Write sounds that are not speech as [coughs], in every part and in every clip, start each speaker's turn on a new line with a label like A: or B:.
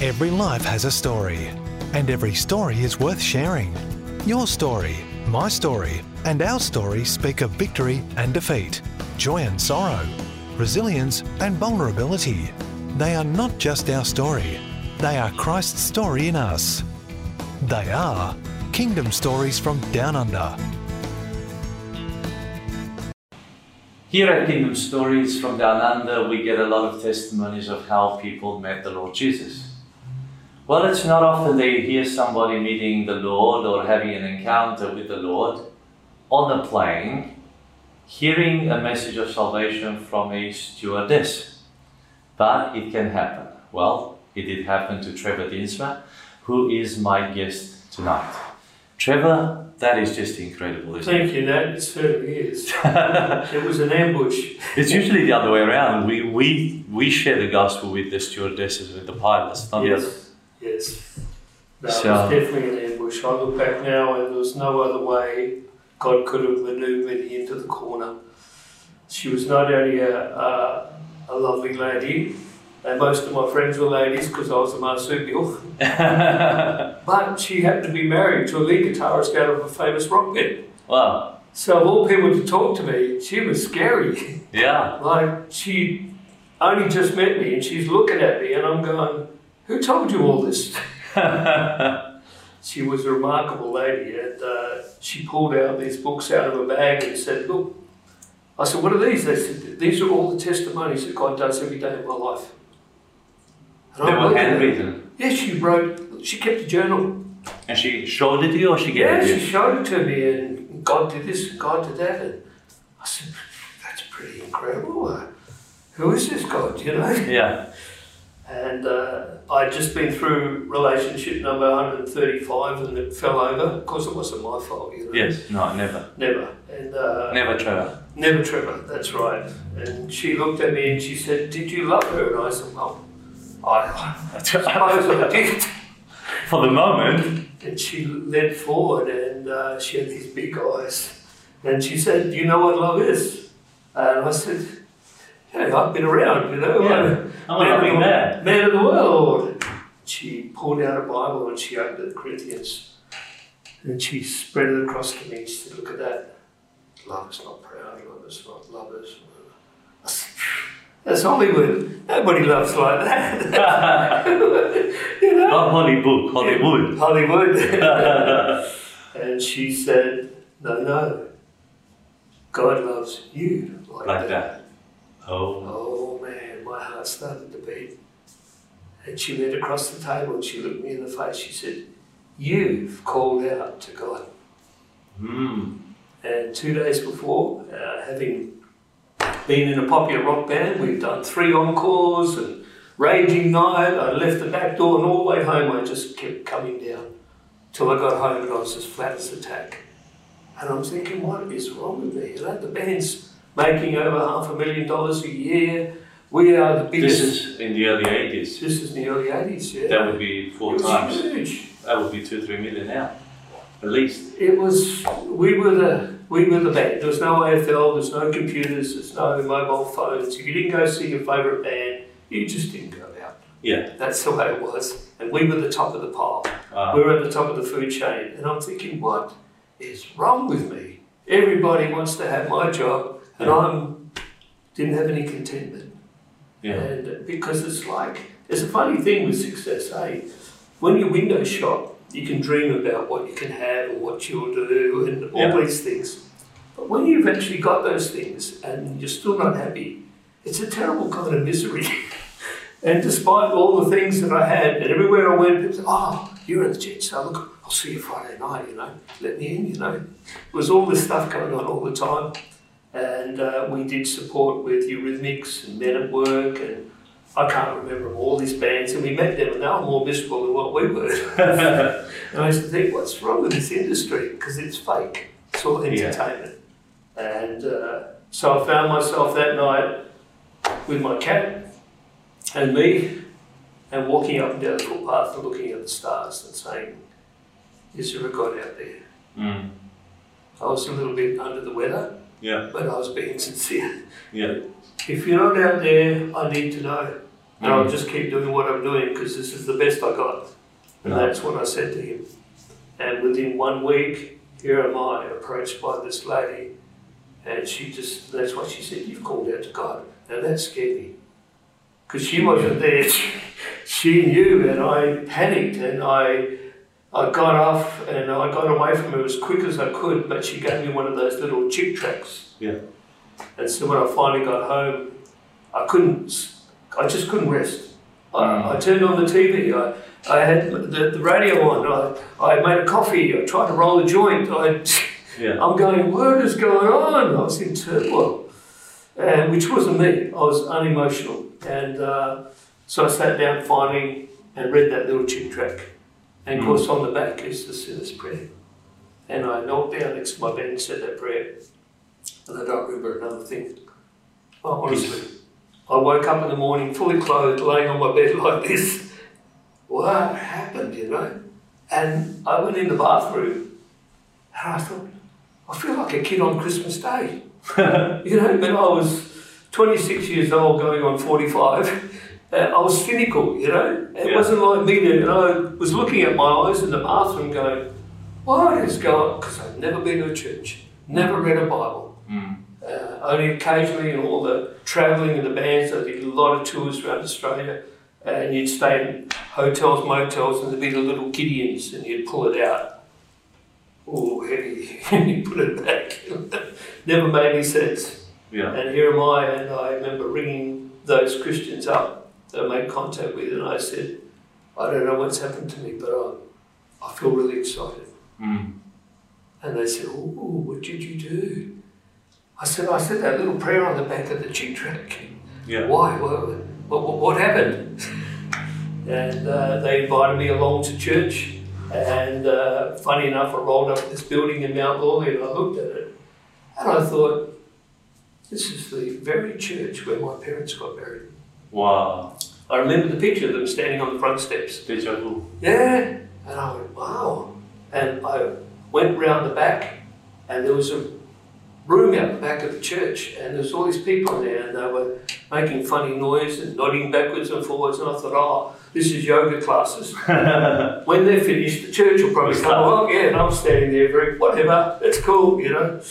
A: Every life has a story, and every story is worth sharing. Your story, my story, and our story speak of victory and defeat, joy and sorrow, resilience and vulnerability. They are not just our story, they are Christ's story in us. They are Kingdom Stories from Down Under.
B: Here at Kingdom Stories from Down Under, we get a lot of testimonies of how people met the Lord Jesus. Well, it's not often they hear somebody meeting the Lord or having an encounter with the Lord on a plane, hearing a message of salvation from a stewardess. But it can happen. Well, it did happen to Trevor Dinsma, who is my guest tonight. Trevor, that is just incredible, isn't it?
C: Thank you, Nat. It's 30 years. it was an ambush.
B: It's usually the other way around. We we we share the gospel with the stewardesses with the pilots, not [laughs] the
C: Yes. Yes. No,
B: Um, So-
C: It was definitely an ambush. I look back now and there was no other way God could have maneuvered me into the corner. She was not only a, a, a lovely lady, and most of my friends were ladies because I was a marsupial, but she happened to be married to a lead guitarist out of a famous rock band.
B: wow.
C: So, of all people to talk to me, she was scary. [laughs]
B: Yeah.
C: Like she only just met me and she's looking at me and I'm going, Who told you all
B: [laughs]
C: this? she was a remarkable lady and uh, she pulled out these books out of a bag and said, Look, I said, What are these? They said, These are all the testimonies that God does every day of my life. And
B: They
C: I
B: were
C: looked at her.
B: handwritten.
C: Yeah, she wrote, she kept a journal.
B: And she showed it to you or she gave
C: Yeah,
B: it to
C: she
B: you?
C: showed it to me and God did this and God did that. And I said, That's pretty incredible. Uh, Who is this God, you know?
B: Yeah.
C: and uh, I'd just been through relationship number 135 and it fell over. Of course, it wasn't my fault, you know.
B: Yes. No, never.
C: Never. And uh,
B: Never [laughs] Trevor.
C: never Trevor, that's right. And she looked at me and she said, Did you love her? And I said, Well, I, I suppose I did.
B: For the moment.
C: And she leant forward and uh, she had these big eyes. And she said, Do you know what love is? And I said, Hey, I've been around, you know.
B: Yeah, I'm a
C: man of
B: loving
C: the-
B: man."
C: Man of the world. She pulled out a Bible and she opened it, Corinthians. And she spread it across to me. She said, Look at that. Love is not proud, love is not lovers. That's Hollywood. Nobody loves like that. [laughs] you know?
B: Not Holy Book, Hollywood.
C: Hollywood. and she said, No, no. God loves you like,
B: Like
C: that.
B: that. Oh.
C: Oh man, my heart started to beat. And she went across the table and she looked me in the face. She said, You've called out to God.
B: Mm.
C: And two days before, uh, having been in a popular rock band, we've done three encores and Raging Night. I left the back door and all the way home I just kept coming down till I got home and I was as flat as a tack. And I'm thinking, what is wrong with me? You know, the band's making over half a million dollars a year. We are the
B: This
C: biggest.
B: is in the early 80s.
C: this is in the early 80s, yeah.
B: That would be four
C: it was
B: times.
C: huge.
B: That would be two, three million now. At least.
C: It was we were the we were the band. There was no AFL, there's no computers, there's no mobile phones. If you didn't go see your favourite band, you just didn't go out.
B: Yeah.
C: That's the way it was. And we were the top of the pile.
B: Wow.
C: We were at the top of the food chain. And I'm thinking, what is wrong with me? Everybody wants to have my job and I'm didn't have any contentment.
B: Yeah.
C: And because it's like, it's a funny thing with success, eh? When you window shop, you can dream about what you can have or what you'll do and all
B: Yeah.
C: these things. But when you've actually got those things and you're still not happy, it's a terrible kind of misery. [laughs] and despite all the things that I had, and everywhere I went, people said, Oh, you're in the jet, so look, I'll see you Friday night, you know, let me in, you know. There was all this stuff going on all the time. And uh, we did support with Eurythmics and Men at Work and I can't remember all these bands. And we met them and they were more miserable than what we were. [laughs] and I used to think, what's wrong with this industry? Because it's fake. It's all
B: Yeah.
C: entertainment. And uh, so I found myself that night with my cat and me and walking up and down the footpath and looking at the stars and saying, is there a God out there?
B: Mm.
C: I was a little bit under the weather
B: [laughs] Yeah.
C: but I was being sincere.
B: Yeah.
C: If you're not out there, I need to know. And I'll just keep doing what I'm doing because this is the best I got. And
B: Right.
C: that's what I said to him. And within one week, here am I, approached by this lady. And she just, that's what she said, you've called out to God. Now that scared me. Because she wasn't there. [laughs] she knew, and I panicked and I. I got off and I got away from her as quick as I could, but she gave me one of those little chick tracks.
B: Yeah.
C: And so when I finally got home, I couldn't, I just couldn't rest. I, I turned on the TV, I, I had the, the radio on, I, I made a coffee, I tried to roll a joint. I, [laughs]
B: Yeah.
C: I'm going, what is going on? I was in turmoil, and, which wasn't me, I was unemotional. And uh, so I sat down finally and read that little chick track. And of course, on the back is the sinner's prayer. And I knelt down next to my bed and said that prayer. And I don't remember another thing. Oh, honestly, I woke up in the morning fully clothed, laying on my bed [laughs] like this. What happened, you know? And I went in the bathroom and I thought, I feel like a kid on Christmas Day. you know, when I was 26 years old, going on 45, [laughs] uh, I was cynical, you know? It
B: Yeah.
C: wasn't like me then. And I was looking at my eyes in the bathroom going, what is going on? Because I've never been to a church, never read a Bible. Uh, only occasionally in all the travelling and the bands, I did a lot of tours around Australia, and you'd stay in hotels, motels, and there'd be the little Gideons, and you'd pull it out. Oh, [laughs] heavy, and you put it back. Never made any sense.
B: Yeah.
C: And here am I, and I remember ringing those Christians up that I made contact with, and I said, I don't know what's happened to me, but I, I feel really excited.
B: Mm.
C: And they said, "Oh, what did you do?" I said, "I said that little prayer on the back of the cheek track.
B: Yeah.
C: Why? What, what, what- what happened?" and uh, they invited me along to church. And uh, funny enough, I rolled up this building in Mount Lawley and I looked at it, and I thought, "This is the very church where my parents got married."
B: Wow.
C: I remember the picture of them standing on the front steps.
B: Deja vu. [laughs]
C: Yeah. And I went, wow. And I went round the back, and there was a room out the back of the church, and there was all these people in there, and they were making funny noise and nodding backwards and forwards. And I thought, oh, this is yoga classes. when they're finished, the church will probably
B: We'll
C: come
B: start.
C: along. Yeah, and I'm standing there, very whatever, it's cool, you know.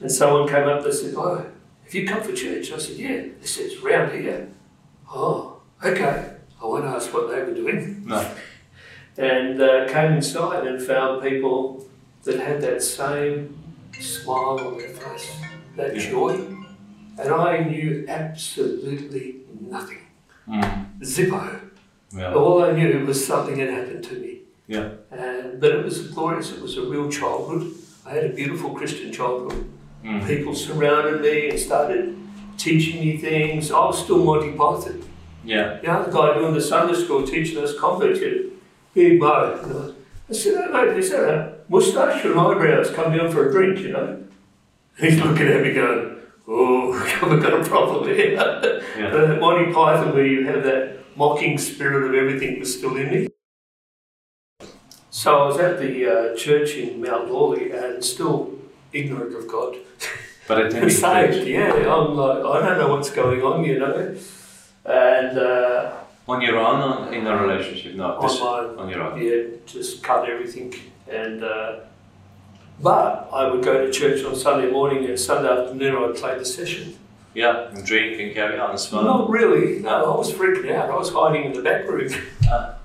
C: And someone came up, they said, oh, have you come for church? I said, yeah. They said, it's round here. Oh, okay. I won't ask what they were doing
B: No.
C: and uh, came inside and found people that had that same smile on their face, that
B: Yeah.
C: joy. And I knew absolutely nothing.
B: Mm.
C: Zippo.
B: Yeah.
C: All I knew was something had happened to me.
B: Yeah.
C: And, but it was glorious. It was a real childhood. I had a beautiful Christian childhood.
B: Mm.
C: People surrounded me and started teaching me things. I was still Monty Python.
B: Yeah.
C: The other guy doing the Sunday school teaching us converts here, big bow. you know. I said, oh, mate, is that a moustache and eyebrows? Come down for a drink, you know. He's looking at me going, [laughs] oh, we've got a problem here. [laughs] But that Monty Python, where you have that mocking spirit of everything, was still in me. So I was at the uh, church in Mount Lawley and still ignorant of God.
B: But attending
C: Saved,
B: church.
C: yeah. I'm like, I don't know what's going on, you know. And uh,
B: On your own or in a relationship? No. This,
C: Online.
B: on your own.
C: Yeah, just cut everything. And uh, but I would go to church on Sunday morning and Sunday afternoon I'd play the session.
B: Yeah. And drink and carry on and smoke.
C: Not really. No, I was freaking out. I was hiding in the back
B: [laughs]
C: room
B: Ah.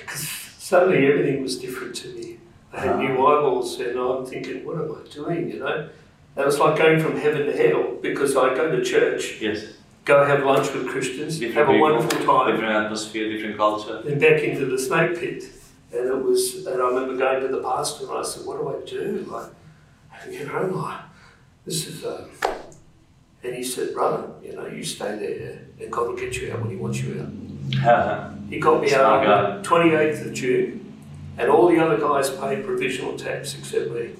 C: because suddenly everything was different to me. I had
B: Ah.
C: new eyeballs, and I'm thinking, what am I doing? You know, that was like going from heaven to hell because I go to church,
B: Yes.
C: go have lunch with Christians, have a
B: people,
C: wonderful time,
B: Different atmosphere, different culture. [laughs]
C: and back into the snake pit. And it was, and I remember going to the pastor and I said, "What do I do?" Like, you know, like this is. Um, and he said, "Brother, you know, you stay there, and God will get you out when He wants you out." He got me
B: Smart
C: out on the 28th of June, and all the other guys paid provisional tax except me.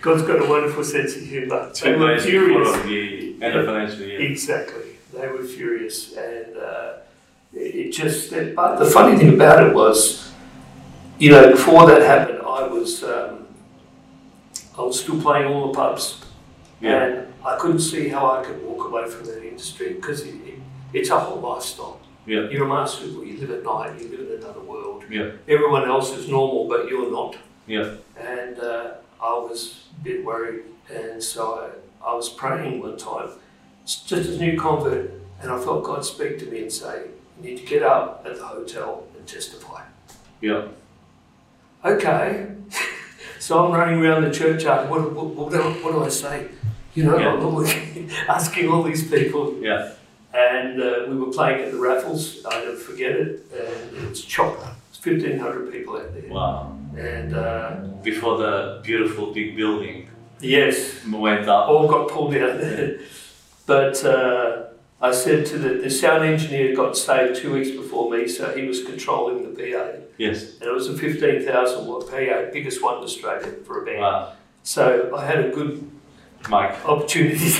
C: God's got a wonderful sense of humour. They
B: Two
C: were
B: days before
C: furious.
B: the end of financial year.
C: Exactly. They were furious, and uh, it it just. It, but the funny thing about it was, you know, before that happened, I was um, I was still playing all the pubs,
B: Yeah.
C: and I couldn't see how I could walk away from that industry because it, it, It's a whole lifestyle.
B: Yeah.
C: You're a master, you live at night, you live in another world.
B: Yeah.
C: Everyone else is normal, but you're not.
B: Yeah.
C: And uh, I was a bit worried, and so I, I was praying one time, s- just a new convert, and I felt God speak to me and say, You need to get up at the hotel and testify.
B: Yeah.
C: Okay. [laughs] so I'm running around the churchyard. What, what, what, do, what do I say? You know,
B: Yeah.
C: I'm looking, [laughs] asking all these people.
B: Yeah.
C: And uh, we were playing at the raffles. I don't forget it. And it was chopped. It's 1,500 people out there.
B: Wow.
C: And uh,
B: Before the beautiful big building
C: yes,
B: went up.
C: all got pulled out there. But uh, I said to the, the sound engineer got saved two weeks before me, so he was controlling the PA.
B: Yes.
C: And it was a 15,000 watt PA, biggest one in Australia for a band.
B: Wow.
C: So I had a good
B: Mike.
C: opportunity.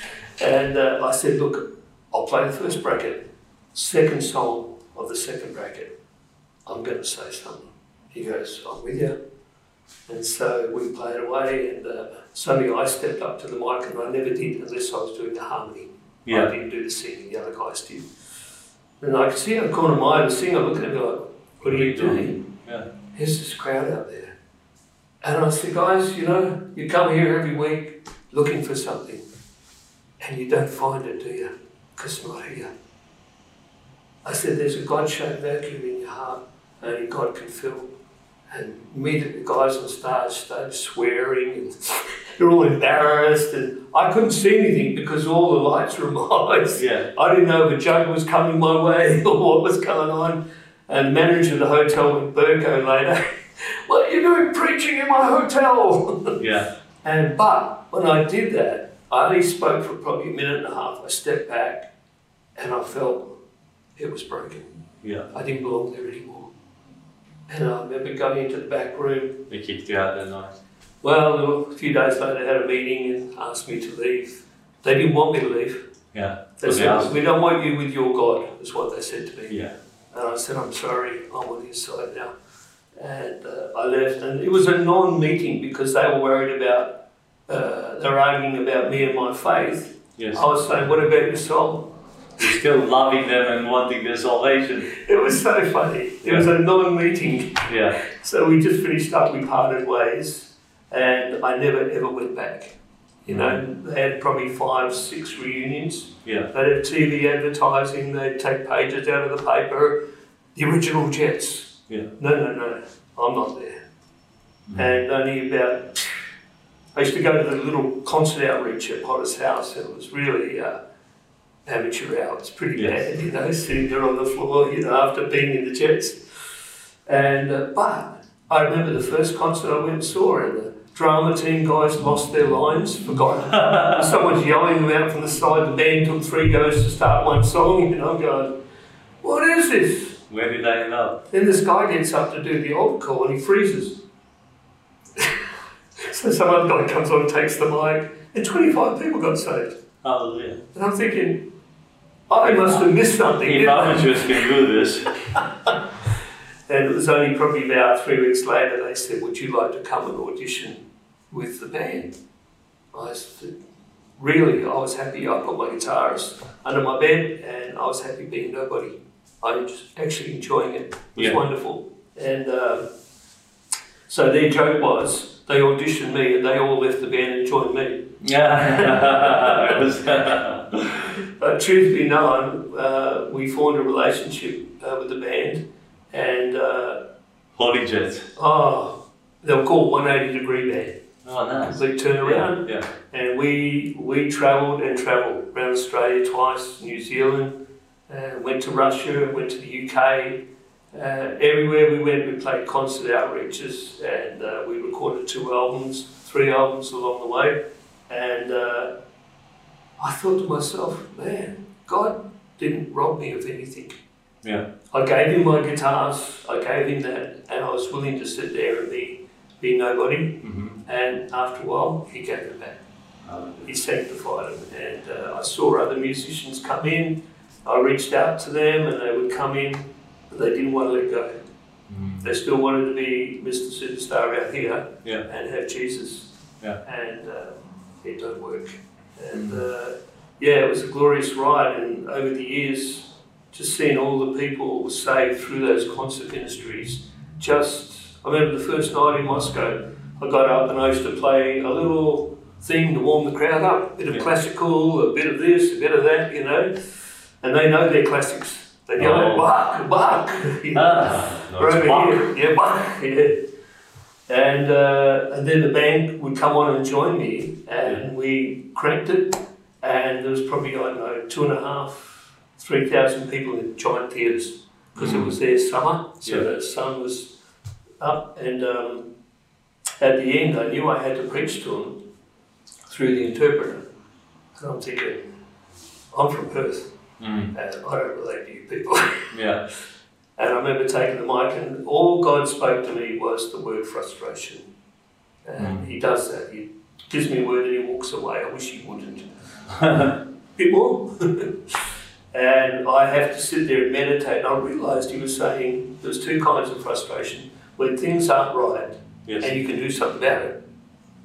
C: [laughs] and uh, I said, look, I'll play the first bracket, second song of the second bracket. I'm going to say something. He goes, I'm with you. And so we played away, and uh, suddenly I stepped up to the mic, and I never did unless I was doing the harmony. I
B: Yeah.
C: didn't do the singing, the other guys did. And I could see in the corner of my eye the singer looking at me like, What are you doing?
B: Yeah.
C: There's this crowd out there. And I said, Guys, you know, you come here every week looking for something and you don't find it, do you? Because it's not here. I said, There's a God shaped vacuum in your heart, only God can fill. And immediately the guys on stage started swearing and [laughs] they're all embarrassed. And I couldn't see anything because all the lights were in my [laughs] eyes.
B: Yeah.
C: I didn't know if a joke was coming my way [laughs] or what was going on. And manager of the hotel went Burko later. [laughs] What are you doing preaching in my hotel? [laughs]
B: Yeah.
C: And but when I did that, I only spoke for probably a minute and a half. I stepped back and I felt it was broken.
B: Yeah.
C: I didn't belong there anymore. And I remember going into the back room.
B: They kicked you out that night.
C: Well, a few days later, they had a meeting and asked me to leave. They didn't want me to leave.
B: Yeah.
C: They
B: Was it
C: said,
B: us?
C: We don't want you with your God, is what they said to me.
B: Yeah.
C: And I said, I'm sorry, I'm on his side now. And uh, I left. And it was a non meeting because they were worried about, uh, they were arguing about me and my faith.
B: Yes.
C: I was saying, What about your soul?
B: You're still loving them and wanting their salvation.
C: [laughs] It was so funny. It was a non meeting.
B: Yeah.
C: So we just finished up, we parted ways, and I never ever went back. You know, they had probably five, six reunions.
B: Yeah.
C: They'd have TV advertising, they'd take pages out of the paper, the original Jets.
B: Yeah.
C: No, no, no, I'm not there. And only about, I used to go to the little concert outreach at Potter's House, and it was really uh, amateur hour. It's pretty
B: Yes.
C: bad, you know, sitting there on the floor, you know, after being in the Jets. And uh, but I remember the first concert I went and saw, and the drama team guys lost their lines, forgot. Someone's yelling them out from the side. The band took three goes to start one song, and I'm going, "What is this?"
B: Where did I end up?
C: Then this guy gets up to do the old call, and he freezes. [laughs] so some other guy comes on, takes the mic, and 25 people got saved.
B: Hallelujah.
C: And I'm thinking, I must have missed something.
B: If
C: didn't I?
B: amateurs can do this,
C: And it was only probably about three weeks later they said, Would you like to come and audition with the band? I said, Really, I was happy. I put my guitars under my bed and I was happy being nobody. I was actually enjoying it. It was
B: Yeah.
C: wonderful. And um, so their joke was they auditioned me and they all left the band and joined me.
B: yeah. [laughs] It was-
C: But truth be known, uh, we formed a relationship uh, with the band and uh,
B: Holy jets.
C: oh, they were called 180 Degree Band.
B: Oh, nice.
C: complete turnaround.
B: Yeah.
C: And we we travelled and travelled around Australia twice, New Zealand, uh, went to Russia, went to the UK. Uh, everywhere we went, we played concert outreaches, and uh, we recorded two albums, three albums along the way. And uh, I thought to myself, man, God didn't rob me of anything.
B: Yeah.
C: I gave him my guitars, I gave him that, and I was willing to sit there and be, be nobody.
B: Mm-hmm.
C: And after a while, he gave it back. He sanctified it. And uh, I saw other musicians come in. I reached out to them and they would come in, but they didn't want to let go. They still wanted to be Mr. Superstar out here
B: Mm. Yeah.
C: and have Jesus.
B: Yeah. Mm.
C: And um, it don't work. And uh, yeah, it was a glorious ride, and over the years, just seeing all the people saved through those concert ministries. Just, I remember the first night in Moscow, I got up and I used to play a little thing to warm the crowd up, a bit of
B: Yeah.
C: classical, a bit of this, a bit of that, you know, and they know their classics. They go,
B: Oh.
C: bark, bark. you know.
B: Ah, no,
C: [laughs] Right
B: it's Bach.
C: over here. Yeah, Bach. Yeah. [laughs] And, uh, and then the band would come on and join me, and we cranked it. And there was probably, I don't know, two and a half, three thousand people in giant theatres because it was their summer, so
B: Mm. Yeah.
C: the sun was up. And um, at the end, I knew I had to preach to them through the interpreter. And I'm thinking, I'm from Perth,
B: Mm,
C: and I don't relate to you people. [laughs]
B: yeah. [laughs]
C: And I remember taking the mic, and all God spoke to me was the word frustration.
B: Hmm.
C: And He does that. He gives me a word and He walks away. I wish He wouldn't. Bit more. [laughs] and I have to sit there and meditate. And I realised He was saying there's two kinds of frustration when things aren't right
B: yes.
C: and you can do something about it,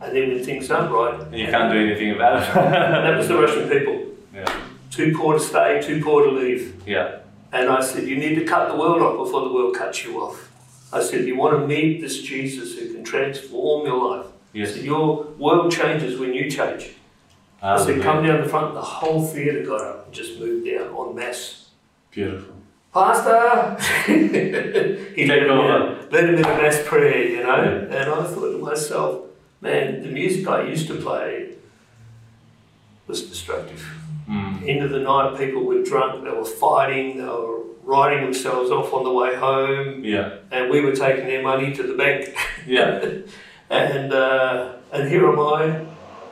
C: and then when things aren't right,
B: And you can't do anything about
C: And that
B: it. [laughs]
C: was the Russian people.
B: yeah.
C: Too poor to stay, too poor to leave.
B: Yeah.
C: And I said, You need to cut the world off before the world cuts you off. I said, You want to meet this Jesus who can transform your life. I
B: Yes.
C: said, Your world changes when you change. I said, Come down the front. The whole theatre got up and just moved down en masse.
B: Beautiful.
C: Pastor! he
B: Take
C: led him,
B: over.
C: in, led him in a mass prayer, you know? And I thought to myself, Man, the music I used to play was destructive
B: Mm.
C: end of the night, people were drunk, they were fighting, they were riding themselves off on the way home,
B: Yeah.
C: and we were taking their money to the bank. [laughs]
B: Yeah.
C: and uh, and here am I,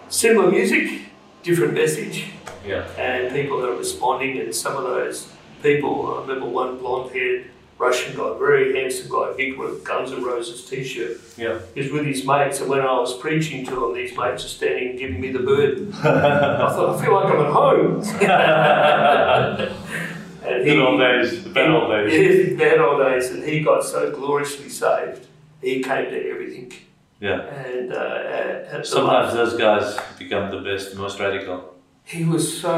C: similar music, different message,
B: Yeah.
C: and people are responding. And some of those people, I remember one blonde-haired Russian guy, very handsome guy, big with Guns N' Roses t-shirt.
B: Yeah.
C: He was with his mates, and when I was preaching to him, these mates are standing giving me the bird.
B: [laughs]
C: I thought, I feel like I'm at home. [laughs] and
B: Good old days. The bad old days.
C: [laughs] Yeah, bad old days. And he got so gloriously saved. He came to everything.
B: Yeah.
C: And uh, at at the
B: Sometimes
C: last-
B: those guys become the best, most radical.
C: he was so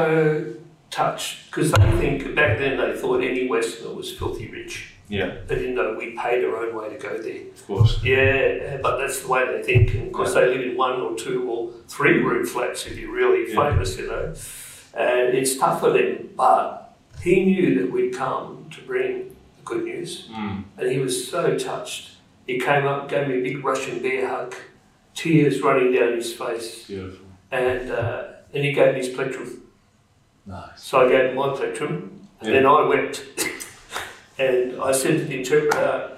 C: touched because they think back then they thought any Westerner was filthy rich.
B: Yeah.
C: They didn't know we paid our own way to go there.
B: Of course.
C: Yeah, but that's the way they think. And of course, they live in one or two or three room flats if you're really
B: Yeah.
C: famous, you know. And it's tough for them. But he knew that we'd come to bring the good news.
B: Mm.
C: And he was so touched. He came up, gave me a big Russian bear hug, tears running down his face.
B: Beautiful.
C: And, uh, and he gave me his plectrum.
B: Nice.
C: So I gave him my plectrum, and
B: Yeah.
C: then I wept. [coughs] and I said to the interpreter,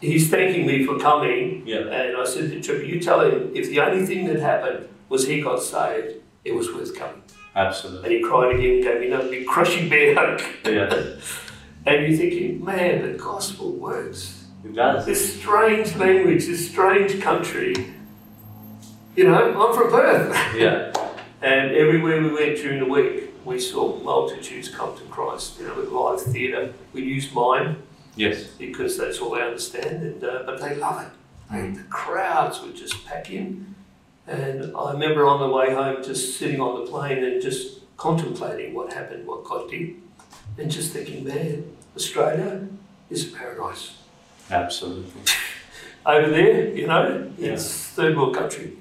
C: he's thanking me for coming.
B: Yeah.
C: And I said to the interpreter, you tell him if the only thing that happened was he got saved, it was worth coming.
B: Absolutely.
C: And he cried again, gave me another big crushing [laughs] bear hug.
B: Yeah.
C: And you're thinking, man, the gospel works.
B: It does.
C: This strange language, this strange country. You know, I'm from Perth. [laughs]
B: Yeah.
C: And everywhere we went during the week, we saw multitudes come to Christ. You know, with live theatre, we use mime
B: Yes.
C: because that's all they understand, and, uh, but they love it. They, the crowds would just pack in. And I remember on the way home just sitting on the plane and just contemplating what happened, what God did, and just thinking, man, Australia is a paradise.
B: Absolutely.
C: Over there, you know,
B: Yeah.
C: it's third world country.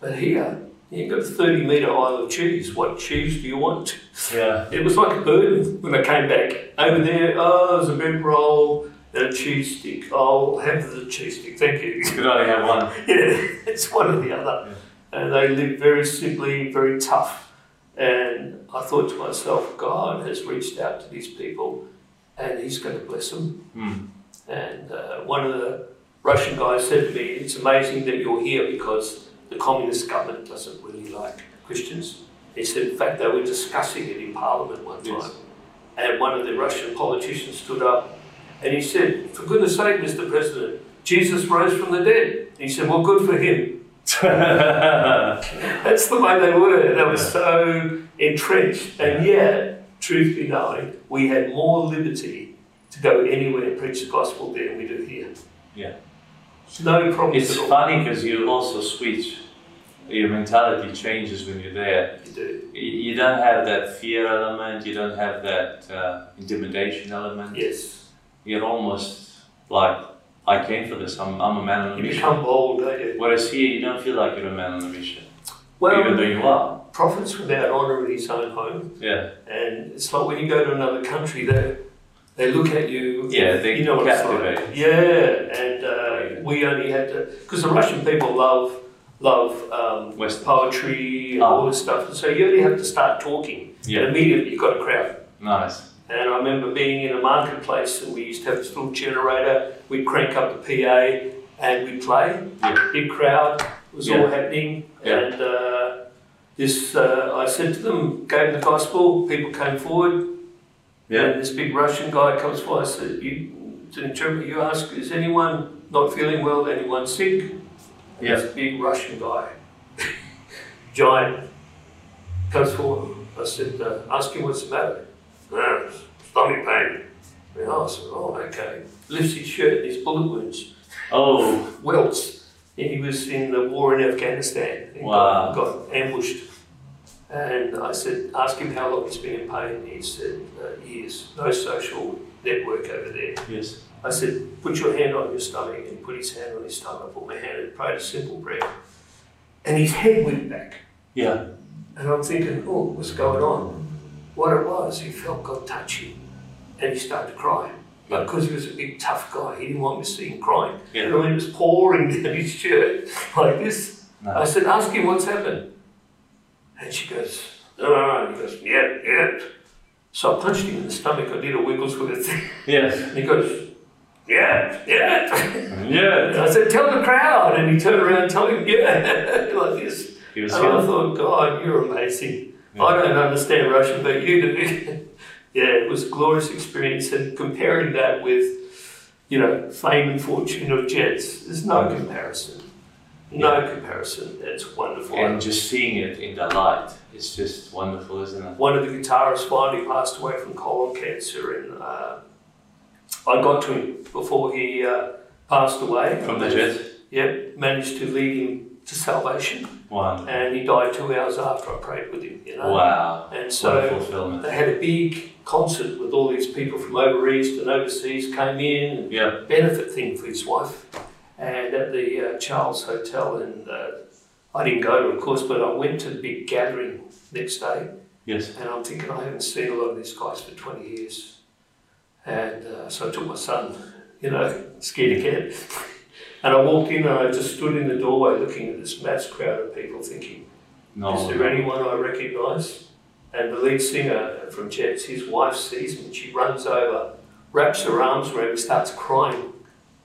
C: But here, you've got a 30 metre aisle of cheese. What cheese do you want? [laughs]
B: Yeah.
C: It was like a burden when I came back. Over there, oh, there's a big roll and a cheese stick. I'll have the cheese stick, thank you.
B: You
C: [laughs]
B: could only have [laughs] one.
C: yeah, it's one or the other. And they live very simply, very tough. And I thought to myself, God has reached out to these people and He's going to bless them.
B: Mm.
C: And uh, one of the Russian guys said to me, It's amazing that you're here because the communist government doesn't really like Christians. He said, In fact, they were discussing it in parliament one time.
B: Yes.
C: And one of the Russian politicians stood up and he said, For goodness sake, Mr. President, Jesus rose from the dead. And he said, Well, good for him. That's the way they were. They were so entrenched. And yet, truth be known, we had more liberty to go anywhere and preach the gospel there than we do here.
B: yeah.
C: No problems
B: It's
C: at all.
B: funny because you also switch Your mentality changes when you're there.
C: You do.
B: Y- You don't have that fear element, you don't have that uh, intimidation element.
C: Yes.
B: You're almost like, I came for this, I'm, I'm a man on a
C: You
B: mission.
C: become bold, don't you?
B: Whereas here, you don't feel like you're a man on a mission, even though
C: Well,
B: you are.
C: prophets without honour in his own home,
B: Yeah,
C: and it's like when you go to another country, they they look at you.
B: yeah, they
C: you know what
B: captivate.
C: it's like. Yeah, and uh,
B: Yeah.
C: we only had to because the Russian people love love um,
B: Western.
C: poetry and
B: Ah.
C: all this stuff, so you only have to start talking,
B: Yeah.
C: and immediately you've got a crowd.
B: Nice.
C: And I remember being in a marketplace and we used to have this little generator, we'd crank up the PA and we'd play.
B: Yeah.
C: Big crowd, it was all happening.
B: Yeah.
C: And uh, this, uh, I said to them, gave them the gospel, people came forward.
B: Yeah.
C: And this big Russian guy comes by and said, you, to interpret, you ask, is anyone not feeling well, anyone sick? And
B: Yeah.
C: This big Russian guy, giant, comes forward. I said, uh, ask him what's the matter. "No, stomach pain. And I said, oh, okay. Lifts his shirt, these bullet wounds,
B: Oh,
C: welts. And he was in the war in Afghanistan. and
B: Wow.
C: Got, got ambushed. And I said, ask him how long he's been in pain. He said, uh, years. No social network over there.
B: yes.
C: I said, put your hand on your stomach and put his hand on his stomach. I put my hand and prayed a simple prayer. And his head went back.
B: Yeah.
C: And I'm thinking, oh, what's going on? What it was, he felt God touch him. And he started to cry. But because he was a big tough guy, he didn't want me to see him crying.
B: Yeah.
C: And when it was pouring [laughs] down his shirt like this,
B: No.
C: I said, ask him what's happened. And she goes, no, no, no. He goes, yeah, yeah. So I punched him in the stomach. I did a Wigglesworth [laughs] thing.
B: Yes.
C: And he goes, yeah, yeah. [laughs] And
B: Yeah.
C: I said, tell the crowd. And he turned around and told him, yeah, [laughs] like this.
B: He was
C: and I
B: healed.
C: thought, God, you're amazing.
B: Yeah.
C: I don't understand Russian, but you do. [laughs] yeah, it was a glorious experience. And comparing that with, you know, fame and fortune of jets, there's no comparison. No comparison. It's wonderful.
B: And just seeing it in the light, it's just wonderful, isn't it?
C: one of the guitarists finally passed away from colon cancer, and uh, I got to him before he uh, passed away.
B: From the jet.
C: Yep, managed to lead him to salvation,
B: Wonderful.
C: and he died two hours after I prayed with him. You know,
B: Wow.
C: and
B: What a
C: so
B: fulfillment.
C: they had a big concert with all these people from over east and overseas came in, and
B: Yeah.
C: benefit thing for his wife. And at the uh, Charles Hotel, and uh, I didn't go to, of course, but I went to the big gathering next day.
B: Yes.
C: And I'm thinking, I haven't seen a lot of these guys for 20 years. And uh, so I took my son, you know, scared again. [laughs] And I walked in and I just stood in the doorway looking at this mass crowd of people thinking, is there
B: No.
C: anyone I recognise? And the lead singer from Jets, his wife sees him and she runs over, wraps her arms around him, starts crying.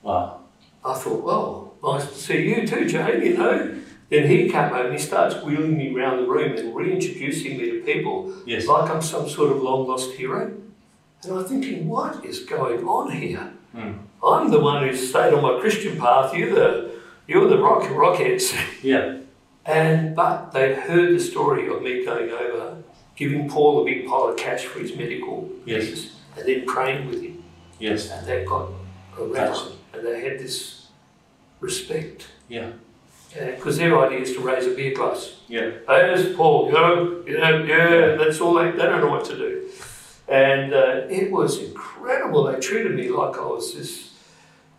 B: Wow.
C: I thought, well, nice to see you too, Jane, you know. Then he came over and he starts wheeling me round the room and reintroducing me to people
B: Yes.
C: like I'm some sort of long lost hero. And I'm thinking, what is going on here?
B: Hmm.
C: I'm the one who's stayed on my Christian path. You're the you're the rock rockheads.
B: Yeah.
C: And but they'd heard the story of me going over, giving Paul a big pile of cash for his medical
B: Yes.
C: fees, and then praying with him.
B: Yes.
C: And they got
B: Gotcha.
C: aroused and they had this respect.
B: Yeah.
C: Because their idea is to raise a beer glass.
B: Yeah.
C: There's Paul, you know, you know, yeah, that's all they, they don't know what to do. And uh, it was incredible. They treated me like I was this,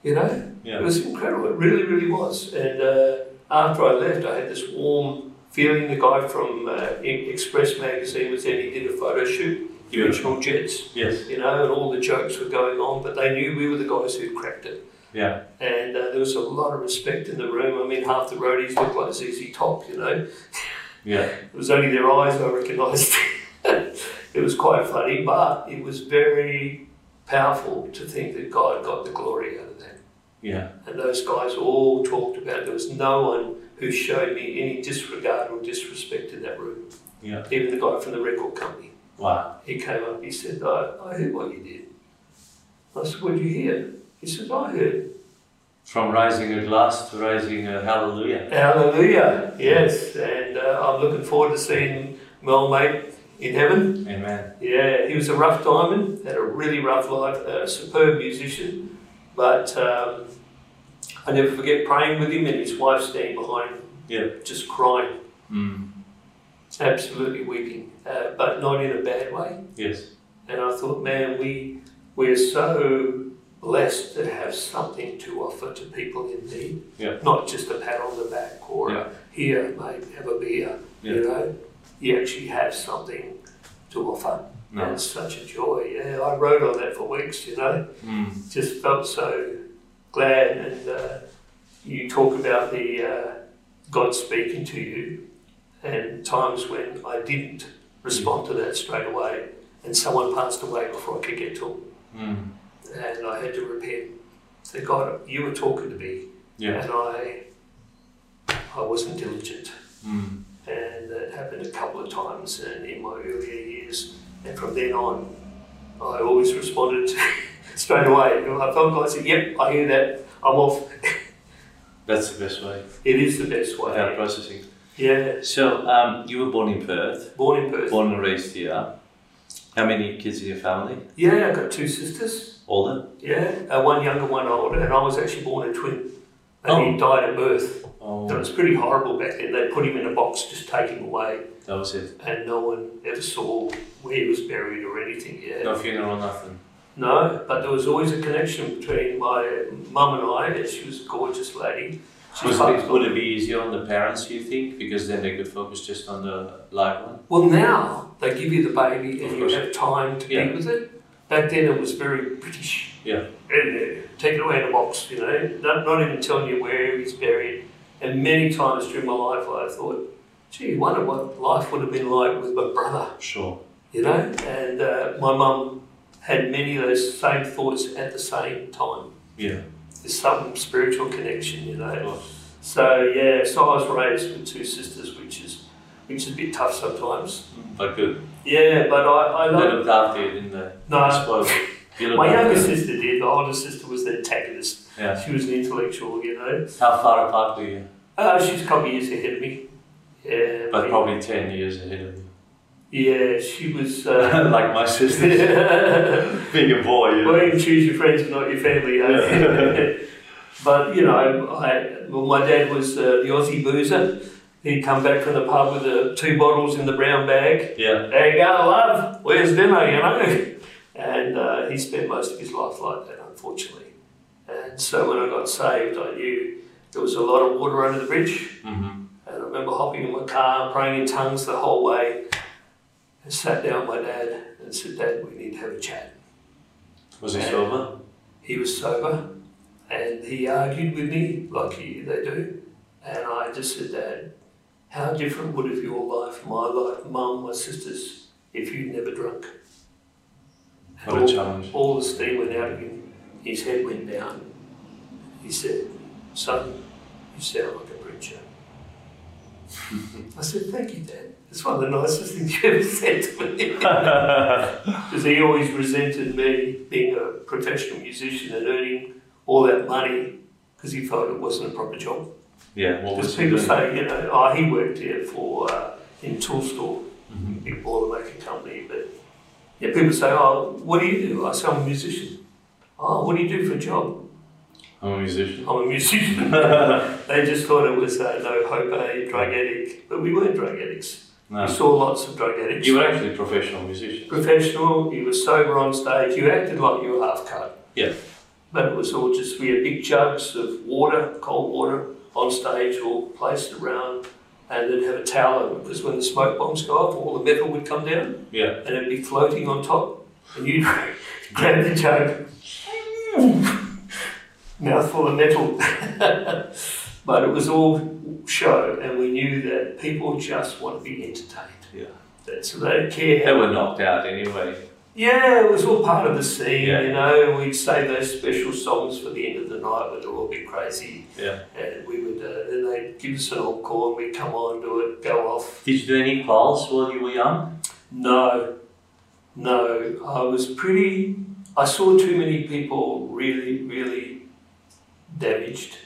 C: you know, it
B: Yeah.
C: was incredible. It really, really was. And uh, after I left, I had this warm feeling. The guy from uh, E- Express magazine was there, he did a photo shoot, the
B: Beautiful.
C: original Jets,
B: Yes.
C: you know, and all the jokes were going on, but they knew we were the guys who cracked it.
B: Yeah.
C: And uh, there was a lot of respect in the room. I mean, half the roadies looked like ZZ Top, you know.
B: Yeah.
C: It was only their eyes I recognised. [laughs] it was quite funny, but it was very powerful to think that God got the glory out of that.
B: Yeah.
C: And those guys all talked about it. There was no one who showed me any disregard or disrespect in that room.
B: Yeah.
C: Even the guy from the record company,
B: Wow.
C: he came up, he said, I, I heard what you did. I said, What did you hear? He said, I heard.
B: From rising a glass to rising a hallelujah.
C: Hallelujah. Yes. And uh, I'm looking forward to seeing Mel, mate, in heaven.
B: Amen.
C: Yeah, he was a rough diamond, had a really rough life, a superb musician, but um, I never forget praying with him and his wife standing behind him
B: Yeah.
C: just crying,
B: Mm.
C: absolutely weeping, uh, but not in a bad way.
B: Yes.
C: And I thought, man, we we're so blessed to have something to offer to people in need,
B: Yeah.
C: not just a pat on the back or
B: Yeah.
C: a, here, mate, have a beer.
B: Yeah.
C: You know, you actually have something to offer.
B: No.
C: And it's such a joy. Yeah, I wrote on that for weeks. You know.
B: Mm.
C: just felt so glad. And uh, you talk about the uh, God speaking to you, and times when I didn't respond to that straight away, and someone passed away before I could get to them,
B: Mm.
C: and I had to repent. Say, God, you were talking to me,
B: Yeah.
C: and I, I wasn't diligent.
B: Mm.
C: And that happened a couple of times and in my earlier years. And from then on, I always responded [laughs] straight away. You know, I felt God said, Yep, I hear that. I'm off. [laughs]
B: That's the best way.
C: It is the best
B: Yeah,
C: way.
B: processing.
C: Yeah.
B: So, um, you were born in Perth,
C: Born in Perth.
B: born and raised here. How many kids in your family?
C: Yeah, I've got two sisters.
B: Older?
C: Yeah. Uh, one younger, one older. And I was actually born a twin. And
B: Oh.
C: he died at birth.
B: Oh,
C: It was pretty horrible back then. They put him in a box, just take him away.
B: that was it.
C: And no one ever saw where he was buried or anything. Yeah.
B: No funeral, nothing.
C: No, but there was always a connection between my mum and I, and she was a gorgeous lady. She
B: Was
C: passed
B: it, would
C: on.
B: it be easier on the parents, you think? Because then they could focus just on the live one?
C: Well, now they give you the baby
B: Of
C: and you
B: course.
C: have time to
B: Yeah.
C: be with it. Back then it was very British.
B: Yeah.
C: And, uh, take it away in a box, you know, not, not even telling you where he's buried. And many times during my life I thought, gee, I wonder what life would have been like with my brother,
B: Sure.
C: you know? And uh, my mum had many of those same thoughts at the same time.
B: Yeah.
C: there's some spiritual connection, you know.
B: Oh,
C: So yeah, so I was raised with two sisters, which is which is a bit tough sometimes.
B: But good.
C: Yeah, but I, I
B: They
C: love
B: looked after you, didn't they?
C: no.
B: Spoiled you. You looked
C: My
B: after
C: younger
B: them.
C: sister did. The older sister was the antagonist.
B: Yeah.
C: She was an intellectual, you know.
B: How far apart were you?
C: Uh, she's a couple of years ahead of me. Yeah,
B: But
C: I-
B: probably 10 years ahead of [laughs] you.
C: yeah, she was. Uh, [laughs]
B: like my sister. [laughs]
C: well,
B: Being a boy, you
C: you choose your friends, but not your family. eh? [laughs] But you know, I, well, my dad was uh, the Aussie boozer. He'd come back from the pub with the two bottles in the brown bag.
B: Yeah.
C: There you go, love. Where's dinner? You know. And uh, he spent most of his life like that, unfortunately. And so when I got saved, I knew there was a lot of water under the bridge.
B: Mm-hmm.
C: And I remember hopping in my car, praying in tongues the whole way. And sat down with my dad and said, Dad, we need to have a chat.
B: Was it sober?
C: He was sober and he argued with me like he, they do. And I just said, Dad, how different would have your life, my life, mum, my sisters, if you'd never drunk?
B: What
C: And
B: a
C: all- [laughs]
B: challenge.
C: All the steam went out of him. His head went down. He said, Son, you sound like a preacher. [laughs] I said, Thank you, Dad. It's one of the nicest things you ever said to me. [laughs] Because he always resented me being a professional musician and earning all that money because he felt it wasn't a proper job.
B: yeah, what
C: Because
B: was
C: people
B: it?
C: say, you know, oh, he worked here for uh, in tool store,
B: Mm-hmm.
C: big boilermaker company. But yeah, people say, oh, what do you do? I say, I'm a musician. Oh, what do you do for a job?
B: I'm a musician.
C: I'm a
B: [laughs]
C: musician. they just thought it was uh, no hope, a drug addict. But we weren't drug addicts.
B: No.
C: We saw lots of drug
B: Ah.
C: addicts.
B: You were actually a professional musician.
C: professional, you were sober on stage, you acted like you were half cut.
B: Yeah.
C: But it was all just we had big jugs of water, cold water, on stage, all placed around, and then have a towel over it because when the smoke bombs go off, all the metal would come down
B: Yeah.
C: and it'd be floating on top, and you'd [laughs] grab the jug, [laughs] mouthful of metal. [laughs] but it was all show, and we knew that people just want to be entertained.
B: Yeah.
C: That's they don't care
B: They
C: how
B: were knocked out anyway.
C: yeah, it was all part of the scene,
B: Yeah.
C: you know. We'd say those special songs for the end of the night when they're all a bit crazy,
B: Yeah.
C: and we would, uh, and they'd give us an encore, and we'd come on, do it, go off.
B: Did you do any calls while you were young?
C: No, no, I was pretty. I saw too many people really, really damaged.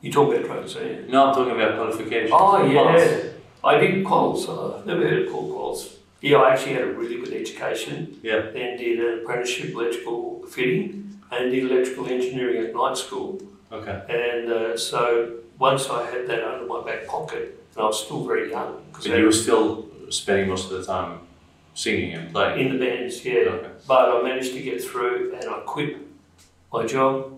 C: You talk about drugs, don't you?
B: No, I'm talking about qualifications.
C: Oh yeah,
B: Quals.
C: I did quals. I've never heard of called quals. Yeah, I actually had a really good education.
B: Yeah.
C: then did an apprenticeship electrical fitting and did electrical engineering at night school.
B: Okay.
C: And uh, so once I had that under my back pocket, and I was still very young. Because
B: But you were still spending most of the time singing and playing.
C: in the bands, yeah.
B: Okay.
C: But I managed to get through and I quit my job,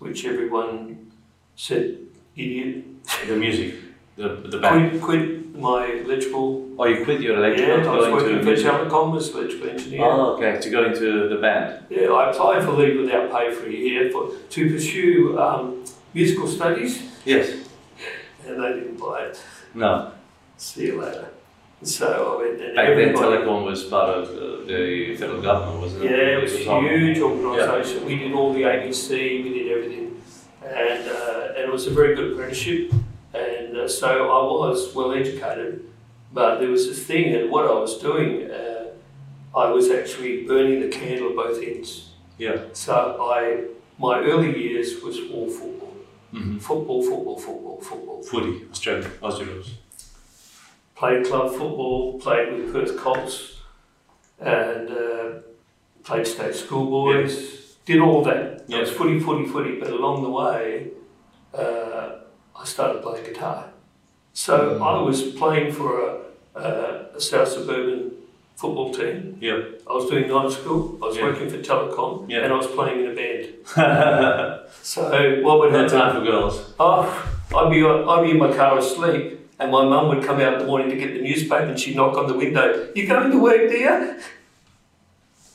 C: which everyone said, idiot.
B: The music, the, the band.
C: Quit, quit my electrical.
B: Oh, you quit your electrical
C: Yeah, I was
B: going
C: working
B: to
C: for
B: music.
C: telecom as electrical engineer.
B: Oh, okay, to go into the band.
C: Yeah, I applied for leave without pay for a year for, to pursue um, musical studies,
B: Yes.
C: and they didn't buy it.
B: No.
C: See you later. And so I went and
B: Back then,
C: everybody-
B: Telecom was part of uh, the federal government, wasn't it?
C: Yeah, it was a
B: on-
C: huge organisation. We did all the ABC, we did everything, and, uh, and it was a very good apprenticeship. And uh, so I was well educated, but there was this thing that what I was doing, uh, I was actually burning the candle at both ends.
B: Yeah.
C: So I, my early years was all football,
B: Mhm.
C: football, football, football, football.
B: Footy, Australia, Aussie rules.
C: Played club football, played with Perth Colts, and uh, played state schoolboys. Did all that. It was
B: Yeah.
C: footy, footy, footy. But along the way, uh, I started playing guitar. So
B: Mm.
C: I was playing for a, a, a South Suburban football team.
B: [laughs] Yeah.
C: I was doing night school. I was
B: Yeah.
C: working for Telecom,
B: Yeah.
C: and I was playing in a band.
B: no
C: So what would happen?
B: time for girls.
C: Oh, I'd be, I'd be in my car asleep, and my mum would come out in the morning to get the newspaper, and she'd knock on the window. You going to work, dear?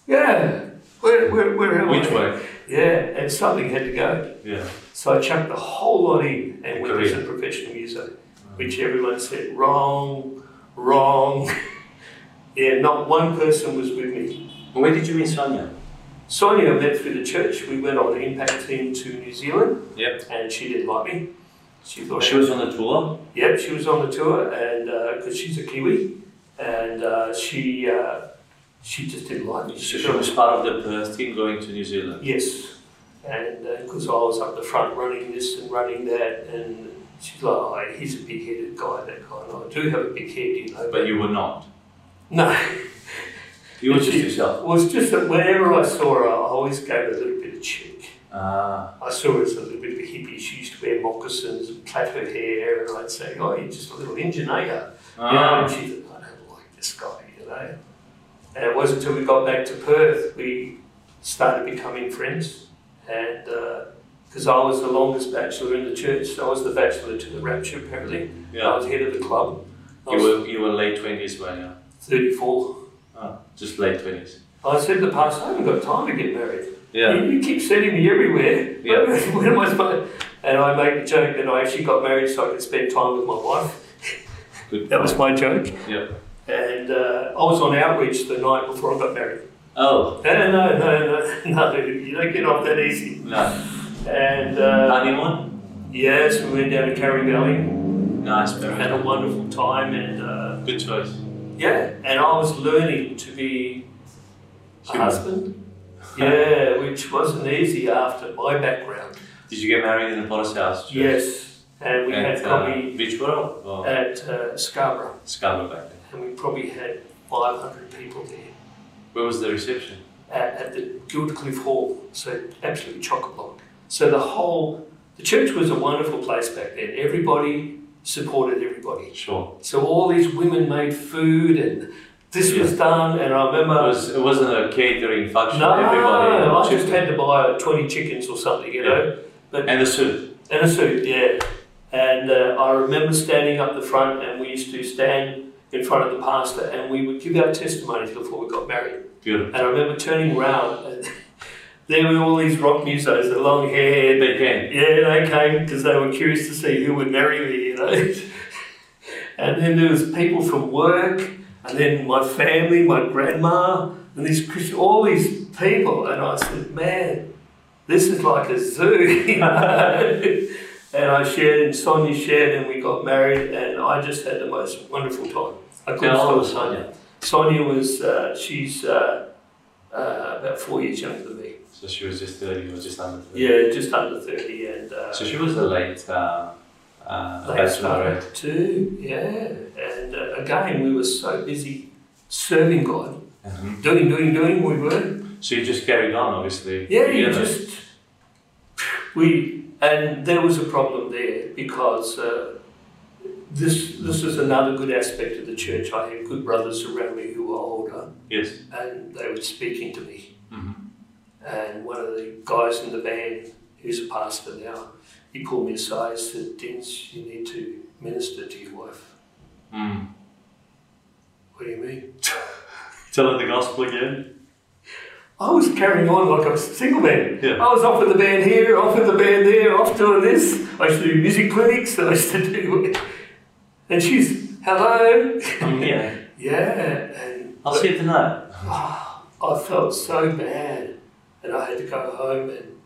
C: Yeah. Where, where, where am I?
B: Which way?
C: Yeah, and something had to go.
B: Yeah.
C: So I chucked the whole lot in and went
B: Career.
C: into professional music, which everyone said, wrong, wrong. [laughs] yeah, not one person was with me.
B: Where did you meet Sonia?
C: Sonia I met through the church. We went on an impact team to New Zealand,
B: Yep.
C: and she didn't like me. She thought
B: Oh, She was on the tour.
C: Yep, she was on the tour, and because she's a Kiwi, and uh, she uh, she just didn't like me.
B: She, she was part of the Perth team going to New Zealand.
C: yes, and because I was up the front running this and running that, and she's like, oh, he's a big-headed guy, that guy. And I do have a big head, you know.
B: But you were not.
C: no,
B: You were just
C: She-
B: yourself.
C: It was just that whenever I saw her, I always gave her a little bit of cheek.
B: Ah.
C: I saw her as a little bit of a hippie. She used to wear moccasins and plait her hair, and I'd say, oh, you're just a little engine, are you? You know, and
B: ah.
C: she said, I don't like this guy, you know. And it wasn't until we got back to Perth we started becoming friends. And because I was the longest bachelor in the church, so I was the bachelor to the rapture apparently. I
B: Yeah.
C: was head of the club. I
B: You
C: was
B: were, you were late 20s when you
C: 34.
B: ah, Just late 20s.
C: I said to the pastor, I haven't got time to get married.
B: Yeah.
C: You, you keep sending me everywhere. [laughs]
B: Yeah.
C: when am I supposed And I make the joke that I actually got married so I could spend time with my wife.
B: Good.
C: That was my joke.
B: Yeah.
C: And uh, I was on outreach the night before I got married.
B: Oh.
C: No, no, no, no, no, [laughs] no, you don't get off that easy.
B: No.
C: And uh,
B: Honeymoon?
C: yes, we went down to Carrie Valley,
B: Nice.
C: had
B: Very
C: a wonderful time, and uh,
B: Good choice.
C: yeah, and I was learning to be a
B: Human.
C: husband. Yeah, which wasn't easy after my background.
B: Did you get married in the Potter's house? Joe?
C: Yes, and we
B: At
C: had
B: uh,
C: probably
B: Beachborough or
C: at uh, Scarborough,
B: Scarborough back then?
C: and we probably had 500 people there
B: Where was the reception?
C: at, at the Guildcliffe Hall, so absolutely chock a block. So the whole, the church was a wonderful place back then. Everybody supported everybody.
B: Sure.
C: So all these women made food and this was done, and I
B: It,
C: remember.
B: was, it wasn't a catering function.
C: no,
B: Everybody.
C: I just had to buy 20 chickens or something, you know,
B: And the soup.
C: and a suit, yeah. And uh, I remember standing up the front, and we used to stand in front of the pastor, and we would give our testimonies before we got married.
B: Beautiful.
C: And I remember turning round, and [laughs] there were all these rock musos, the long hair.
B: They came.
C: yeah, they came because they were curious to see who would marry me, you know. [laughs] and then there was people from work, and then my family, my grandma, and these Christian, all these people. And I said, man, this is like a zoo, [laughs] you know. and I shared, and Sonia shared, and we got married, and I just had the most wonderful time. I couldn't
B: How old
C: stop
B: was Sonia?
C: Sonia was, uh, she's uh, uh, about four years younger than me.
B: So she was just 30 or just under 30.
C: Yeah, just under 30 and... Uh,
B: So she was a late uh, uh,
C: they
B: bachelorette.
C: started too, yeah. And uh, again, we were so busy serving God.
B: Mhm.
C: Doing, doing, doing, we were.
B: So you just carried on, obviously.
C: Yeah, you
B: together.
C: just... We... And there was a problem there because uh, this this is another good aspect of the church. I had good brothers around me who were older,
B: Yes.
C: and they were speaking to me.
B: Mhm.
C: And one of the guys in the band, who's a pastor now, he pulled me aside and said, "Dennis, you need to minister to your wife."
B: Mm.
C: What do you mean?
B: Tell her the gospel again.
C: I was carrying on like I was a single man.
B: Yeah.
C: I was off with the band here, off with the band there, off doing this. I used to do music clinics, and I used to do. And she's, hello. [laughs]
B: I'm here.
C: yeah. And
B: I'll see you tonight.
C: I felt so bad. And I had to go home and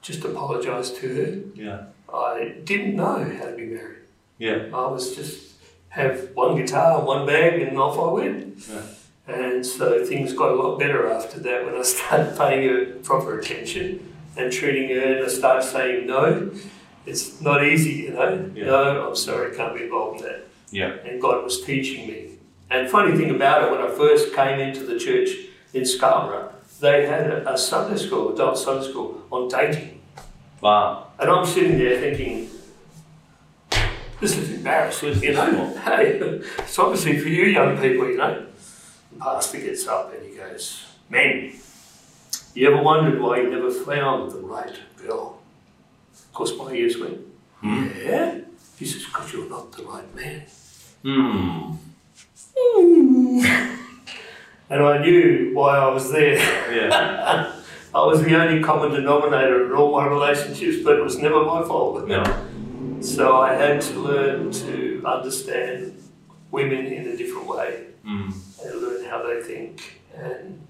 C: just apologise to
B: Yeah.
C: her. I didn't know how to be married.
B: Yeah.
C: I was just have one guitar, one bag, and off I went.
B: Yeah.
C: And so things got a lot better after that when I [laughs] started paying her proper attention and treating her, and I started saying no. It's not easy, you know.
B: Yeah.
C: No, I'm sorry, I can't be involved in that.
B: Yeah.
C: And God was teaching me. And funny thing about it, when I first came into the church in Scarborough, they had a, a Sunday school, adult Sunday school, on dating.
B: Wow.
C: And I'm sitting there thinking, this is embarrassing, you know. [laughs] Hey, it's obviously for you young people, you know. The pastor gets up and he goes, Men, you ever wondered why you never found the right girl? Of course, my ears went, Yeah? He says, Because you're not the right man.
B: Hmm.
C: And I knew why I was there. [laughs]
B: Yeah.
C: I was the only common denominator in all my relationships, but it was never my fault.
B: No.
C: So I had to learn to understand women in a different way
B: Hmm.
C: and learn how they think. And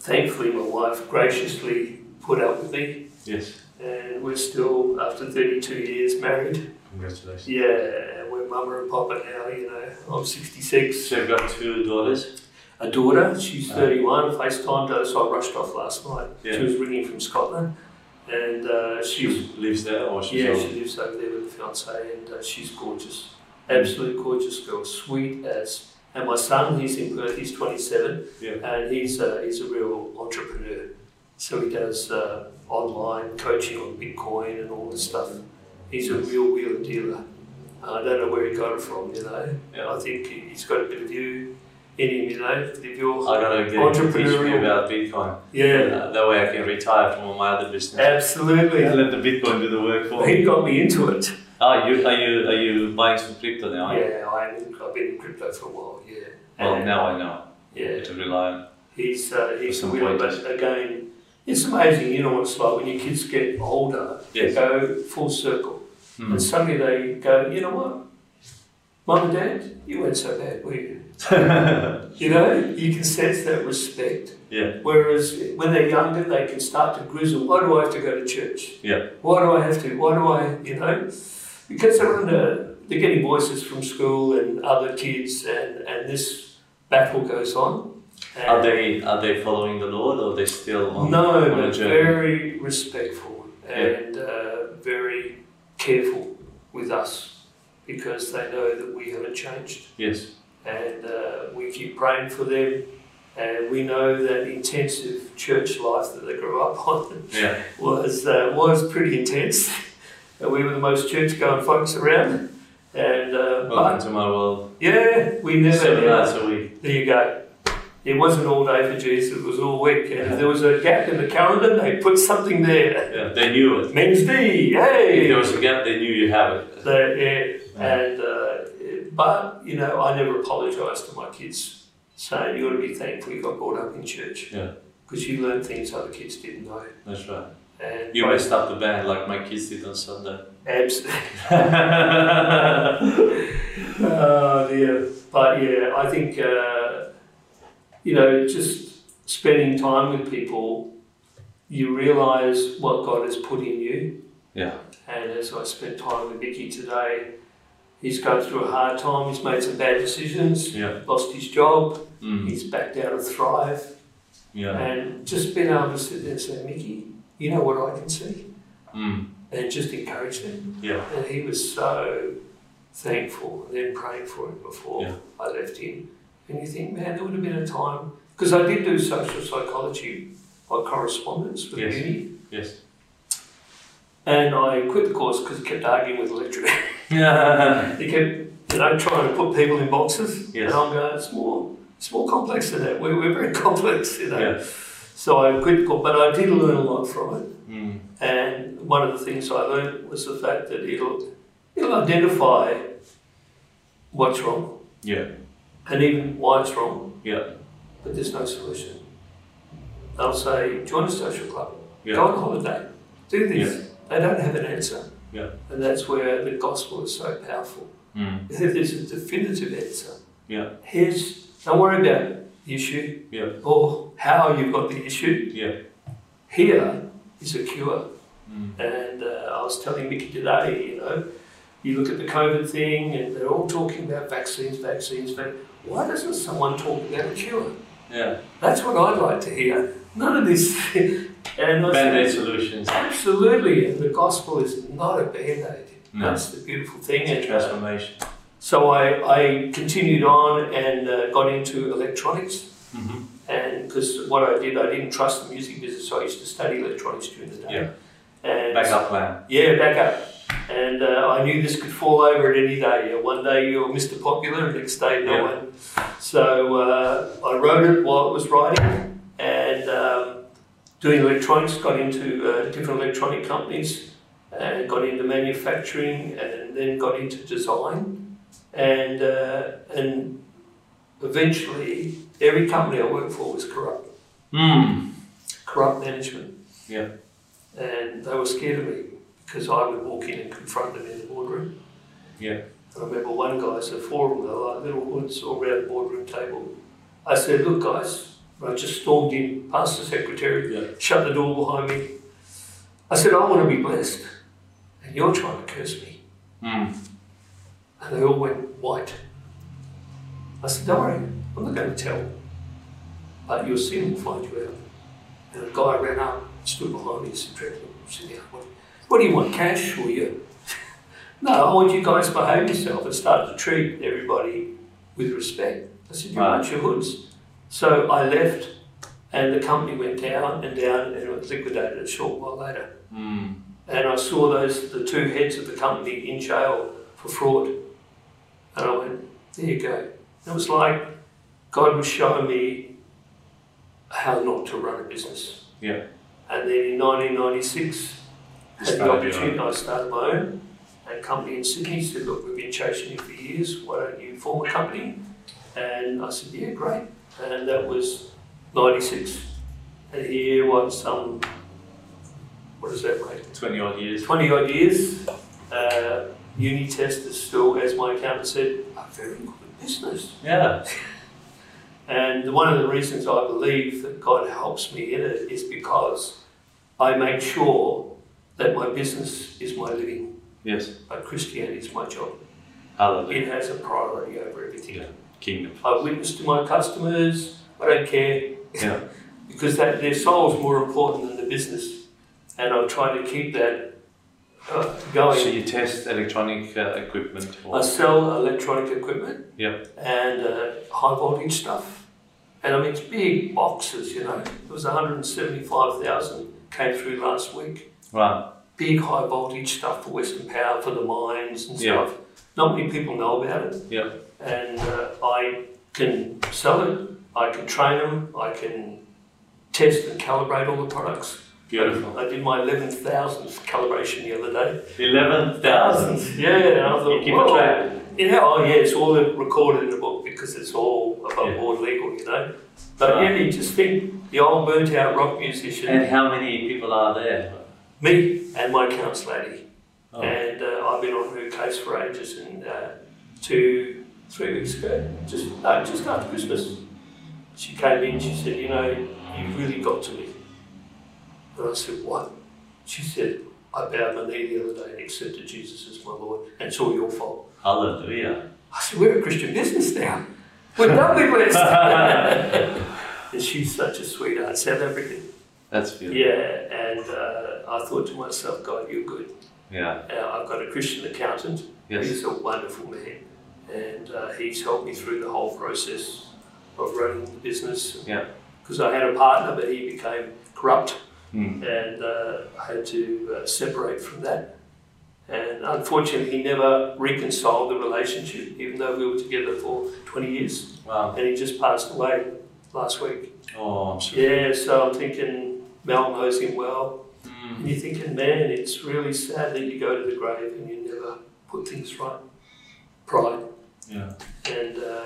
C: thankfully, my wife graciously put up with me,
B: Yes.
C: and we're still, after 32 years, married.
B: Congratulations.
C: Yeah, and we're mama and papa now, you know. I'm 66.
B: So you've got two daughters.
C: A daughter, she's 31, FaceTimed her, so I rushed off last night.
B: Ah. Yeah.
C: She was ringing from Scotland, and uh, she was
B: She lives there, or she's
C: Yeah,
B: old?
C: she lives over there with the fiance, and uh, she's gorgeous, absolutely gorgeous girl, sweet as. And my son, he's in Perth, he's 27,
B: Yeah.
C: and he's a, he's a real entrepreneur. So he does uh, online coaching on Bitcoin and all this stuff. He's a real wheeler dealer. I don't know where he got it from, you know.
B: Yeah.
C: I think he- he's got a bit of you in him, you know. If you're,
B: I gotta get him to teach me
C: Entrepreneurial.
B: about Bitcoin.
C: yeah,
B: Uh, that way I can retire from all my other business.
C: absolutely.
B: Let the Bitcoin do the work for me.
C: He got me into it.
B: Oh, you [laughs] are you are you buying some crypto now? are you?
C: Yeah, I am in, I've been in crypto for a while, yeah.
B: Well,
C: And-
B: now I know.
C: Yeah,
B: To rely on.
C: he's uh, he's
B: some
C: real,
B: pointers.
C: but again, it's amazing. You know what it's like when your kids get older. They
B: Yes.
C: go full circle,
B: Hmm. [laughs]
C: and suddenly they go, you know what, mum and dad, you weren't so bad, were you? You know, you can sense that respect.
B: yeah.
C: Whereas when they're younger, they can start to grizzle. Why do I have to go to church?
B: Yeah.
C: Why do I have to? Why do I? You know, because they're in a, they're getting voices from school and other kids, and and this battle goes on. And-
B: Are they are they following the Lord or are they still on,
C: no,
B: on a
C: but
B: journey?
C: very respectful
B: Yeah.
C: and uh, very careful with us because they know that we haven't changed
B: Yes.
C: and uh, we keep praying for them. And we know that intensive church life that they grew up [laughs] on
B: Yeah.
C: was uh, was pretty intense. [laughs] And we were the most church-going folks around. And uh,
B: Welcome
C: but
B: to my world.
C: yeah, we never
B: Seven
C: ever-
B: nights a week.
C: there you go. It wasn't all day for Jesus, it was all week. And if there was a gap in the calendar, they put something there.
B: Yeah. They knew it.
C: Men's D,
B: If
C: hey!
B: there was a gap, they knew you have it.
C: So, yeah, and, uh, but, you know, I never apologised to my kids, saying, you ought to be thankful you got brought up in church.
B: Yeah.
C: Because you learn things other kids didn't know.
B: That's right.
C: And
B: You messed up the band like my kids did on Sunday.
C: Abs- [laughs] Oh dear. But yeah, I think, uh, you know, just spending time with people, you realise what God has put in you.
B: yeah.
C: And as I spent time with Vicky today, he's going through a hard time, he's made some bad decisions,
B: [laughs] Yeah.
C: lost his job,
B: Mm.
C: he's backed out of Thrive.
B: Yeah.
C: And just being able to sit there and say, Mickey, you know what I can see?
B: Mm.
C: And just encourage them.
B: Yeah.
C: And he was so thankful and then praying for him before
B: Yeah.
C: I left him. And you think, man, there would have been a time because I did
B: [laughs]
C: do social psychology by correspondence with
B: Yes.
C: uni,
B: Yes.
C: And I quit the course because he kept arguing with the lecturer.
B: Yeah.
C: [laughs] he kept, you know, trying to put people in boxes.
B: Yes.
C: And I'm going, it's more, it's more complex than that. We're, we're very [laughs] complex, you know.
B: Yeah.
C: So I quit the course, but I did learn a lot from it.
B: Mm.
C: And one of the things I learned was the fact that it'll, it'll identify what's wrong
B: Yeah.
C: and even why it's wrong,
B: Yeah.
C: but there's no solution. They'll say, join a social club,
B: Yeah.
C: go on holiday, do this. They don't have an answer.
B: Yeah.
C: And that's where the gospel is so powerful.
B: Mm.
C: If there's a definitive answer,
B: Yeah.
C: here's, don't worry about the issue
B: Yeah.
C: or how you've got the issue.
B: Yeah.
C: Here is a cure.
B: Mm.
C: And uh, I was telling Mickey today, you know, you look at the COVID thing and they're all talking about vaccines, vaccines, but why doesn't someone talk about a cure?
B: Yeah.
C: That's what I'd like to hear. None of this. [laughs] and I
B: Band-aid
C: said,
B: solutions.
C: absolutely, and the gospel is not a band aid.
B: No.
C: That's the beautiful thing.
B: It's a
C: And, uh,
B: transformation.
C: so I, I continued on and uh, got into electronics.
B: Mm-hmm.
C: And because what I did, I didn't trust the music business, so I used to study electronics during the day. Yeah. And
B: Backup plan.
C: Yeah, back up. And uh, I knew this could fall over at any day. Uh, One day you were Mr. Popular, and next day no
B: Yeah.
C: one. So uh, I wrote it while it was writing and um, doing electronics, got into uh, different electronic companies and got into manufacturing and then got into design. And, uh, and eventually, every company I worked for was corrupt
B: Mm.
C: corrupt management.
B: Yeah.
C: And they were scared of me because I would walk in and confront them in the boardroom.
B: Yeah.
C: And I remember one guy, so four of them, they were like little hoods all around the boardroom table. I said, Look, guys, and I just stormed in past the secretary,
B: Yeah.
C: shut the door behind me. I said, I want to be blessed, and you're trying to curse me.
B: Mm.
C: And they all went white. I said, Don't worry, I'm not going to tell. But your sin will find you out. And a guy ran up, stood behind me, and said, "Drew, I said, "Yeah, what, what do you want, cash or you? [laughs] no, I want you guys to behave yourself and start to treat everybody with respect. I said, You
B: Right.
C: bunch of hoods. So I left, and the company went down and down, and it was liquidated a short while later
B: Mm.
C: and I saw those the two heads of the company in jail for fraud. And I went, there you go. It was like God was showing me how not to run a business.
B: Yeah.
C: And then in 1996, had the
B: Started your
C: opportunity, I started my own. And a company in Sydney said, look, we've been chasing you for years. Why don't you form a company? And I said, yeah, great. And that was 96. And here was some, what is that rate?
B: 20 odd years.
C: 20 odd years. Uh, uni test is still, as my accountant said, a very good business.
B: Yeah.
C: And one of the reasons I believe that God helps me in it is because I make sure that my business is my living,
B: Yes.
C: but Christianity is my job.
B: Hallelujah.
C: It has a priority over everything.
B: Yeah. Oh, Kingdom.
C: I witness to my customers, I don't care
B: Yeah.
C: because that, their soul's more important than the business. And I'm trying to keep that uh, going.
B: So you test electronic uh, equipment.
C: I
B: Or,
C: sell electronic equipment
B: yeah.
C: and uh, high voltage stuff. And I mean, it's big boxes, you know. It was 175,000 came through last week.
B: Wow.
C: Big high voltage stuff for Western Power, for the mines and
B: Yeah.
C: stuff. Not many people know about it.
B: Yeah.
C: And uh, I can sell it, I can train them, I can test and calibrate all the products.
B: Beautiful.
C: I did my 11,000th calibration the other day.
B: Eleven thousand.
C: Yeah, and I thought,
B: You keep
C: "Whoa."
B: a track.
C: Yeah, oh yeah, it's all recorded in the book because it's all above
B: Yeah.
C: board legal, you know. But
B: Right.
C: yeah, you just think the old burnt out rock musician,
B: And how many people are there?
C: me and my counsel lady,
B: Oh.
C: and uh, I've been on her case for ages. And uh, two, three weeks ago, just no, just after Christmas, she came in. She said, "You know, you really got to me." And I said, "What?" She said, "I bowed my knee the other day and accepted Jesus as my Lord, and it's all your fault."
B: Hallelujah.
C: I said, we're a Christian business now. We're doubly blessed. and she's such a sweetheart, South African.
B: That's beautiful.
C: Yeah, and uh, I thought to myself, God, you're good.
B: Yeah.
C: Uh, I've got a Christian accountant.
B: Yes.
C: He's a wonderful man. And uh, he's helped me through the whole process of running the business.
B: Yeah.
C: Because I had a partner, but he became corrupt.
B: Mm.
C: and uh, I had to uh, separate from that. And unfortunately, he never reconciled the relationship, even though we were together for 20 years.
B: Wow.
C: And he just passed away last week.
B: Oh, I'm sorry.
C: Yeah, so I'm thinking Mel knows him well.
B: Mm.
C: And you're thinking, man, it's really sad that you go to the grave and you never put things right. Pride.
B: Yeah.
C: and uh,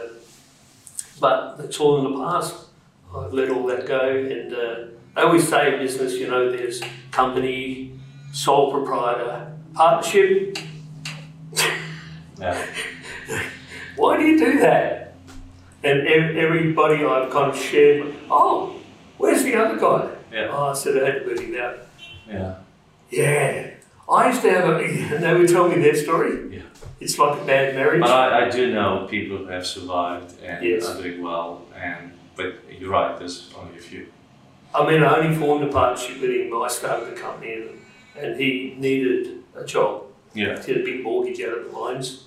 C: but it's all in the past. I've let all that go, and uh, I always say in business, you know, there's company, sole proprietor, partnership.
B: Yeah.
C: Why do you do that? And ev- everybody I've kind of shared, oh, where's the other guy?
B: Yeah.
C: Oh, I said I had to put him out.
B: Yeah.
C: Yeah. I used to have a, [laughs] and they would tell me their story.
B: Yeah.
C: It's like a bad marriage.
B: But I, I do know people who have survived and
C: Yes.
B: are doing well. And but you're right. There's only a few.
C: I mean, I only formed a partnership with him when I started the company, and, and he needed a job.
B: Yeah.
C: He had a big mortgage out of the lines,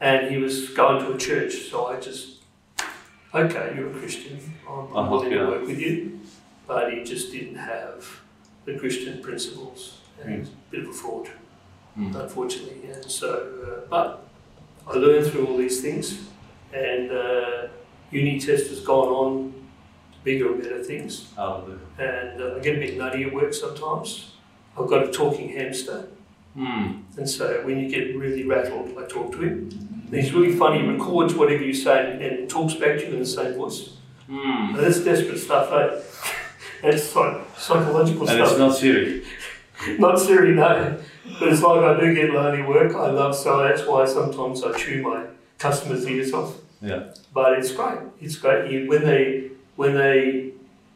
C: and he was going to a church. So I just, okay, you're a Christian. I'm,
B: Uh-huh,
C: I'm willing
B: yeah.
C: to work with you, but he just didn't have the Christian principles, and he was a bit of a fraud,
B: Mm.
C: unfortunately. And so, uh, but I learned through all these things, and uh, Unitest has gone on to bigger and better things
B: Hallelujah.
C: and uh, I get a bit nutty at work sometimes. I've got a talking hamster,
B: Mm.
C: and so when you get really rattled, I talk to him. And he's really funny, he records whatever you say and, and talks back to you in the same voice.
B: Mm.
C: And that's desperate stuff, eh? [laughs] That's like psychological
B: And it's
C: stuff.
B: not serious.
C: Not, Siri, no. But it's like I do get lonely at work. I love so that's why sometimes I chew my customers' ears off.
B: Yeah.
C: But it's great. It's great. You, when they when they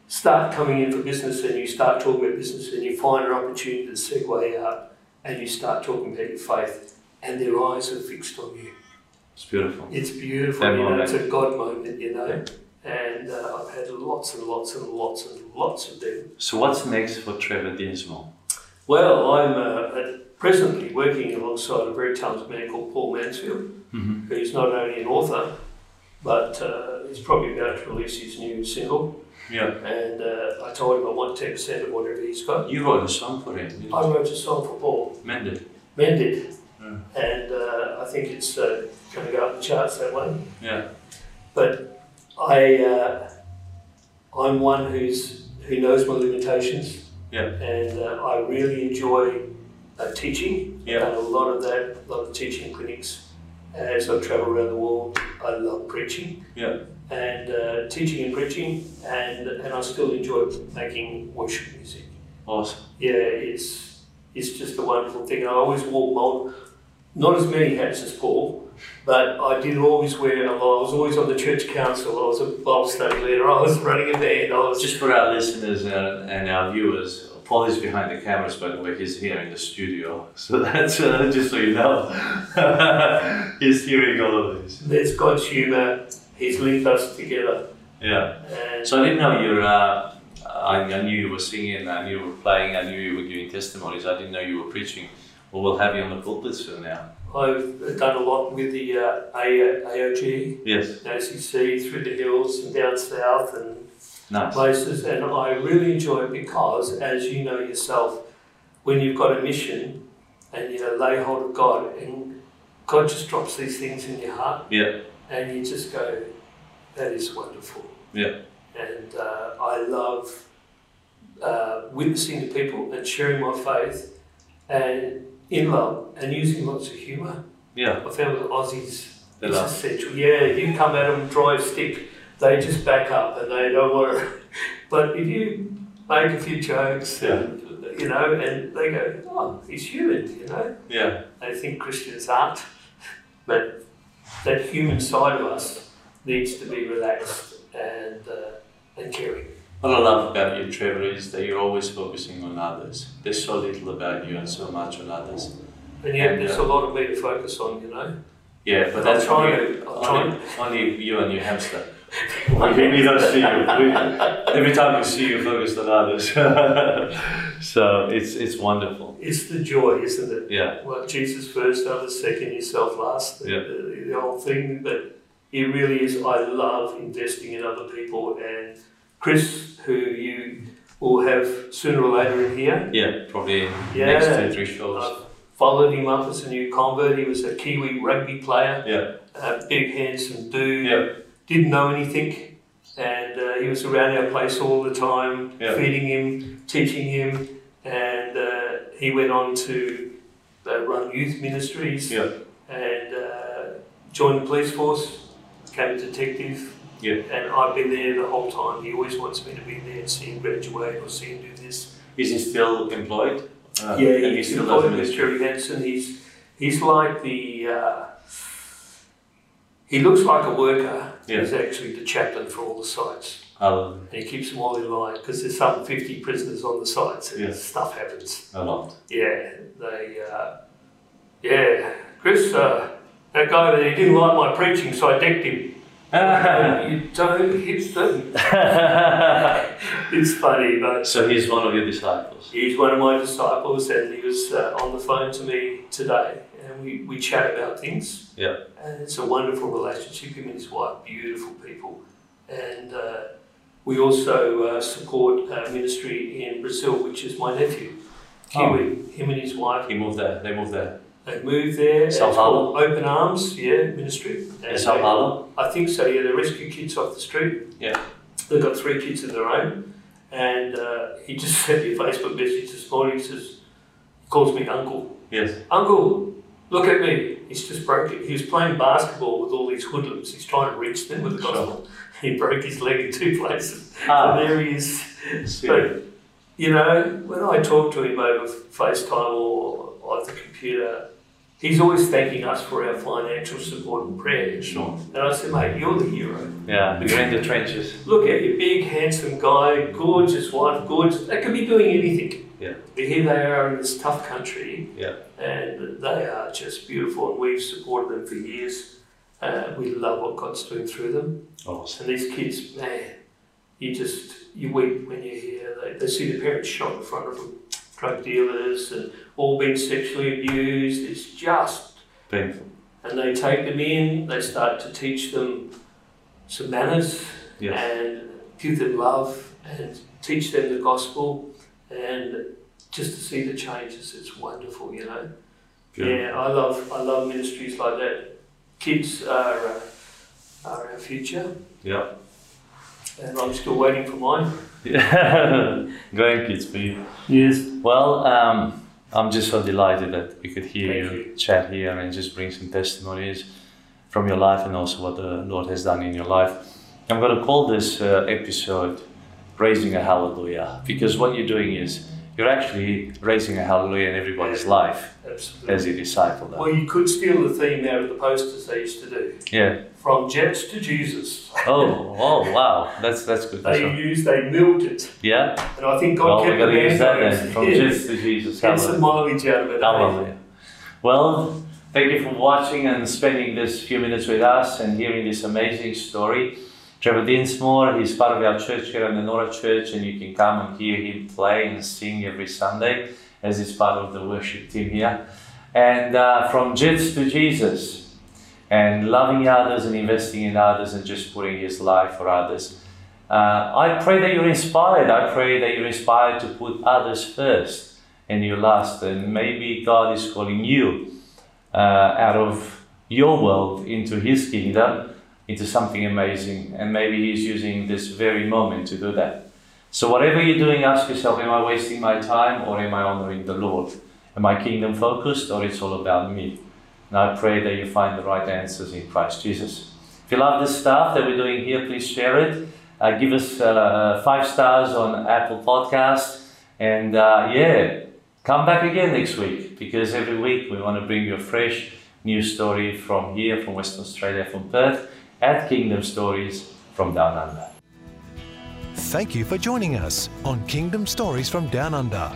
C: start coming in for business and you start talking about business and you find an opportunity to segue out and you start talking about your faith and their eyes are fixed on you.
B: It's beautiful.
C: It's beautiful.
B: That
C: you know,
B: moment.
C: it's a God moment. You know. And uh, I've had lots and lots and lots and lots of them.
B: So what's next for Trevor Dinsmore?
C: Well, I'm uh, at- presently working alongside a very talented man called Paul Mansfield.
B: Mm-hmm.
C: who's not only an author, but uh, he's probably about to release his new single.
B: Yeah.
C: And uh, I told him I want 10% of whatever he's got.
B: You wrote a song for him. didn't
C: I wrote a song for Paul,
B: you? Mended.
C: Men did,
B: Mm.
C: and uh, I think it's uh, going to go up the charts that way.
B: Yeah.
C: But I, uh, I'm one who's who knows my limitations,
B: Yeah.
C: and uh, I really enjoy uh, teaching.
B: Yeah.
C: And a lot of that, a lot of teaching clinics. As I travel around the world, I love preaching
B: Yeah.
C: and uh, teaching and preaching, and and I still enjoy making worship music.
B: Awesome.
C: Yeah, it's it's just a wonderful thing. I always wore mul- not as many hats as Paul, but I did always wear a lot. I was always on the church council. I was a Bible study leader. I was running a band. I was
B: Just for our listeners and, and our viewers, Paul is behind the cameras, by the way. He's here in the studio. So [laughs] that's uh, just so you know. [laughs] He's hearing all of this.
C: there's God's humour. He's linked us together.
B: Yeah.
C: And
B: So I didn't know you're. Uh, I, I knew you were singing, I knew you were playing, I knew you were giving testimonies, I didn't know you were preaching. Well, we'll have you on the pulpit soon now.
C: I've done a lot with the uh, A- AOG.
B: Yes,
C: as you see through the hills and down south and
B: nice.
C: places. And I really enjoy it because, as you know yourself, when you've got a mission and you lay hold of God, and God just drops these things in your heart,
B: Yeah,
C: and you just go, "That is wonderful."
B: Yeah.
C: And uh, I love uh, witnessing to people and sharing my faith, and in love and using lots of humour.
B: yeah,
C: I found with Aussies,
B: They
C: it's
B: laugh.
C: essential. Yeah, you come at them dry as stick, they just back up and they don't worry. [laughs] But if you make a few jokes, and, you know, and they go, oh, he's human, you know.
B: yeah,
C: They think Christians aren't, but that human side of us needs to be relaxed and uh, and caring.
B: What I love about you, Trevor, is that you're always focusing on others. There's so little about you and so much on others.
C: And yeah,
B: And,
C: there's
B: uh,
C: a lot of me to focus on, you know.
B: Yeah, but that's
C: I'm trying
B: only,
C: to- I'm
B: only, only you and your hamster. we, we don't see you. We- every time we see you, focused on others. [laughs] so it's it's wonderful.
C: It's the joy, isn't it?
B: Yeah,
C: Well, Jesus first, others second, yourself last, the,
B: Yeah.
C: the, the whole thing. But it really is, I love investing in other people. And Chris, who you we'll have sooner or later in here.
B: Yeah, probably
C: Yeah.
B: next two, three
C: I
B: shows.
C: followed him up as a new convert. He was a Kiwi rugby player,
B: Yeah,
C: a big, handsome dude.
B: yeah,
C: Didn't know anything, and uh, he was around our place all the time,
B: Yeah.
C: feeding him, teaching him, and uh, he went on to uh, run youth ministries
B: yeah,
C: and uh, joined the police force, became a detective.
B: yeah.
C: And I've been there the whole time. He always wants me to be there and see him graduate or see him do this.
B: Is he still employed? Uh,
C: Yeah,
B: and he
C: he's
B: still
C: in
B: does
C: Hollywood with
B: ministry?
C: Jerry Henson. He's he's like the uh, he looks like a worker.
B: Yeah.
C: He's actually the chaplain for all the sites,
B: Hallelujah.
C: and he keeps them all in line because there's some fifty prisoners on the sites, and
B: Yeah.
C: stuff happens.
B: A lot.
C: Yeah, they uh, yeah, Chris. Uh, that guy over there he didn't like my preaching, so I decked
B: [laughs]
C: him. Uh, you don't, it's, it's funny, but
B: so he's one of your disciples.
C: He's one of my disciples, and he was uh, on the phone to me today, and we, we chat about things.
B: Yeah,
C: And it's a wonderful relationship. Him and his wife, beautiful people, and uh, we also uh, support uh, ministry in Brazil, which is my nephew, Kiwi. Him and his wife,
B: he moved there. They moved there.
C: they moved there.
B: Sao
C: It's
B: Paulo?
C: called Open Arms, yeah, ministry. And
B: In Sao
C: they-
B: Paulo.
C: I think so. Yeah, they rescue kids off the street.
B: Yeah.
C: They've got three kids of their own, and uh, he just [laughs] sent me a Facebook message this morning. He says, he calls me uncle.
B: Yes.
C: Uncle, look at me. He's just broken. He was playing basketball with all these hoodlums. He's trying to reach them with the
B: Sure.
C: gospel. [laughs] He broke his leg in two places.
B: Ah.
C: And there he is.
B: Sweet.
C: You know, when I talk to him over FaceTime or on the computer, he's always thanking us for our financial support and prayer.
B: Sure.
C: And I said, mate, you're the hero.
B: Yeah, you're in the trenches.
C: Look at your big, handsome guy, gorgeous wife, gorgeous. They could be doing anything.
B: Yeah.
C: But here they are in this tough country,
B: Yeah.
C: and they are just beautiful, and we've supported them for years. Uh, we love what God's doing through them.
B: Awesome.
C: And these kids, man, you just you weep when you hear they, they see the parents shot in front of them, drug dealers, and all being sexually abused. It's just
B: Painful.
C: and they take them in, they start to teach them some manners
B: Yes.
C: and give them love and teach them the gospel and just to see the changes it's wonderful, you know.
B: Beautiful.
C: Yeah, I love I love ministries like that. Kids are uh, are our future
B: Yeah.
C: and I'm still waiting for mine.
B: [laughs] yeah. Going kids for you.
C: Yes.
B: Well, um, I'm just so delighted that we could hear
C: Thank
B: you, chat here and just bring some testimonies from your life and also what the Lord has done in your life. I'm going to call this uh, episode Raising a Hallelujah because what you're doing is you're actually raising a hallelujah in everybody's life
C: Absolutely.
B: as a disciple.
C: Well you could steal the theme out of the posters they used to do.
B: Yeah.
C: From Jets to Jesus.
B: Oh, oh, wow. That's that's good. That's
C: They
B: all.
C: used they milked it.
B: yeah.
C: And I think God
B: Well, we're
C: kept the
B: going to
C: man
B: use that then
C: going.
B: from
C: Yes.
B: Jesus to Jesus.
C: Get
B: Hallelujah.
C: some mileage out of it. eh?
B: Hallelujah. Well, thank you for watching and spending this few minutes with us and hearing this amazing story. Trevor Dinsmore, he's part of our church here at the Nora Church, and you can come and hear him play and sing every Sunday as he's part of the worship team here. And uh, from Jits to Jesus, and loving others and investing in others and just putting his life for others. Uh, I pray that you're inspired. I pray that you're inspired to put others first and you last. And maybe God is calling you uh, out of your world into His kingdom, into something amazing. And maybe He's using this very moment to do that. So, whatever you're doing, ask yourself Am I wasting my time or am I honoring the Lord? Am I kingdom focused or it's all about me? And I pray that you find the right answers in Christ Jesus. If you love this stuff that we're doing here, please share it. Uh, give us uh, five stars on Apple Podcasts. And uh, yeah, come back again next week because every week we want to bring you a fresh new story from here, from Western Australia, from Perth, at Kingdom Stories from Down Under.
A: Thank you for joining us on Kingdom Stories from Down Under.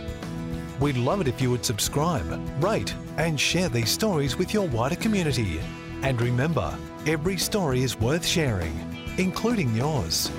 A: We'd love it if you would subscribe, rate, and share these stories with your wider community. And remember, every story is worth sharing, including yours.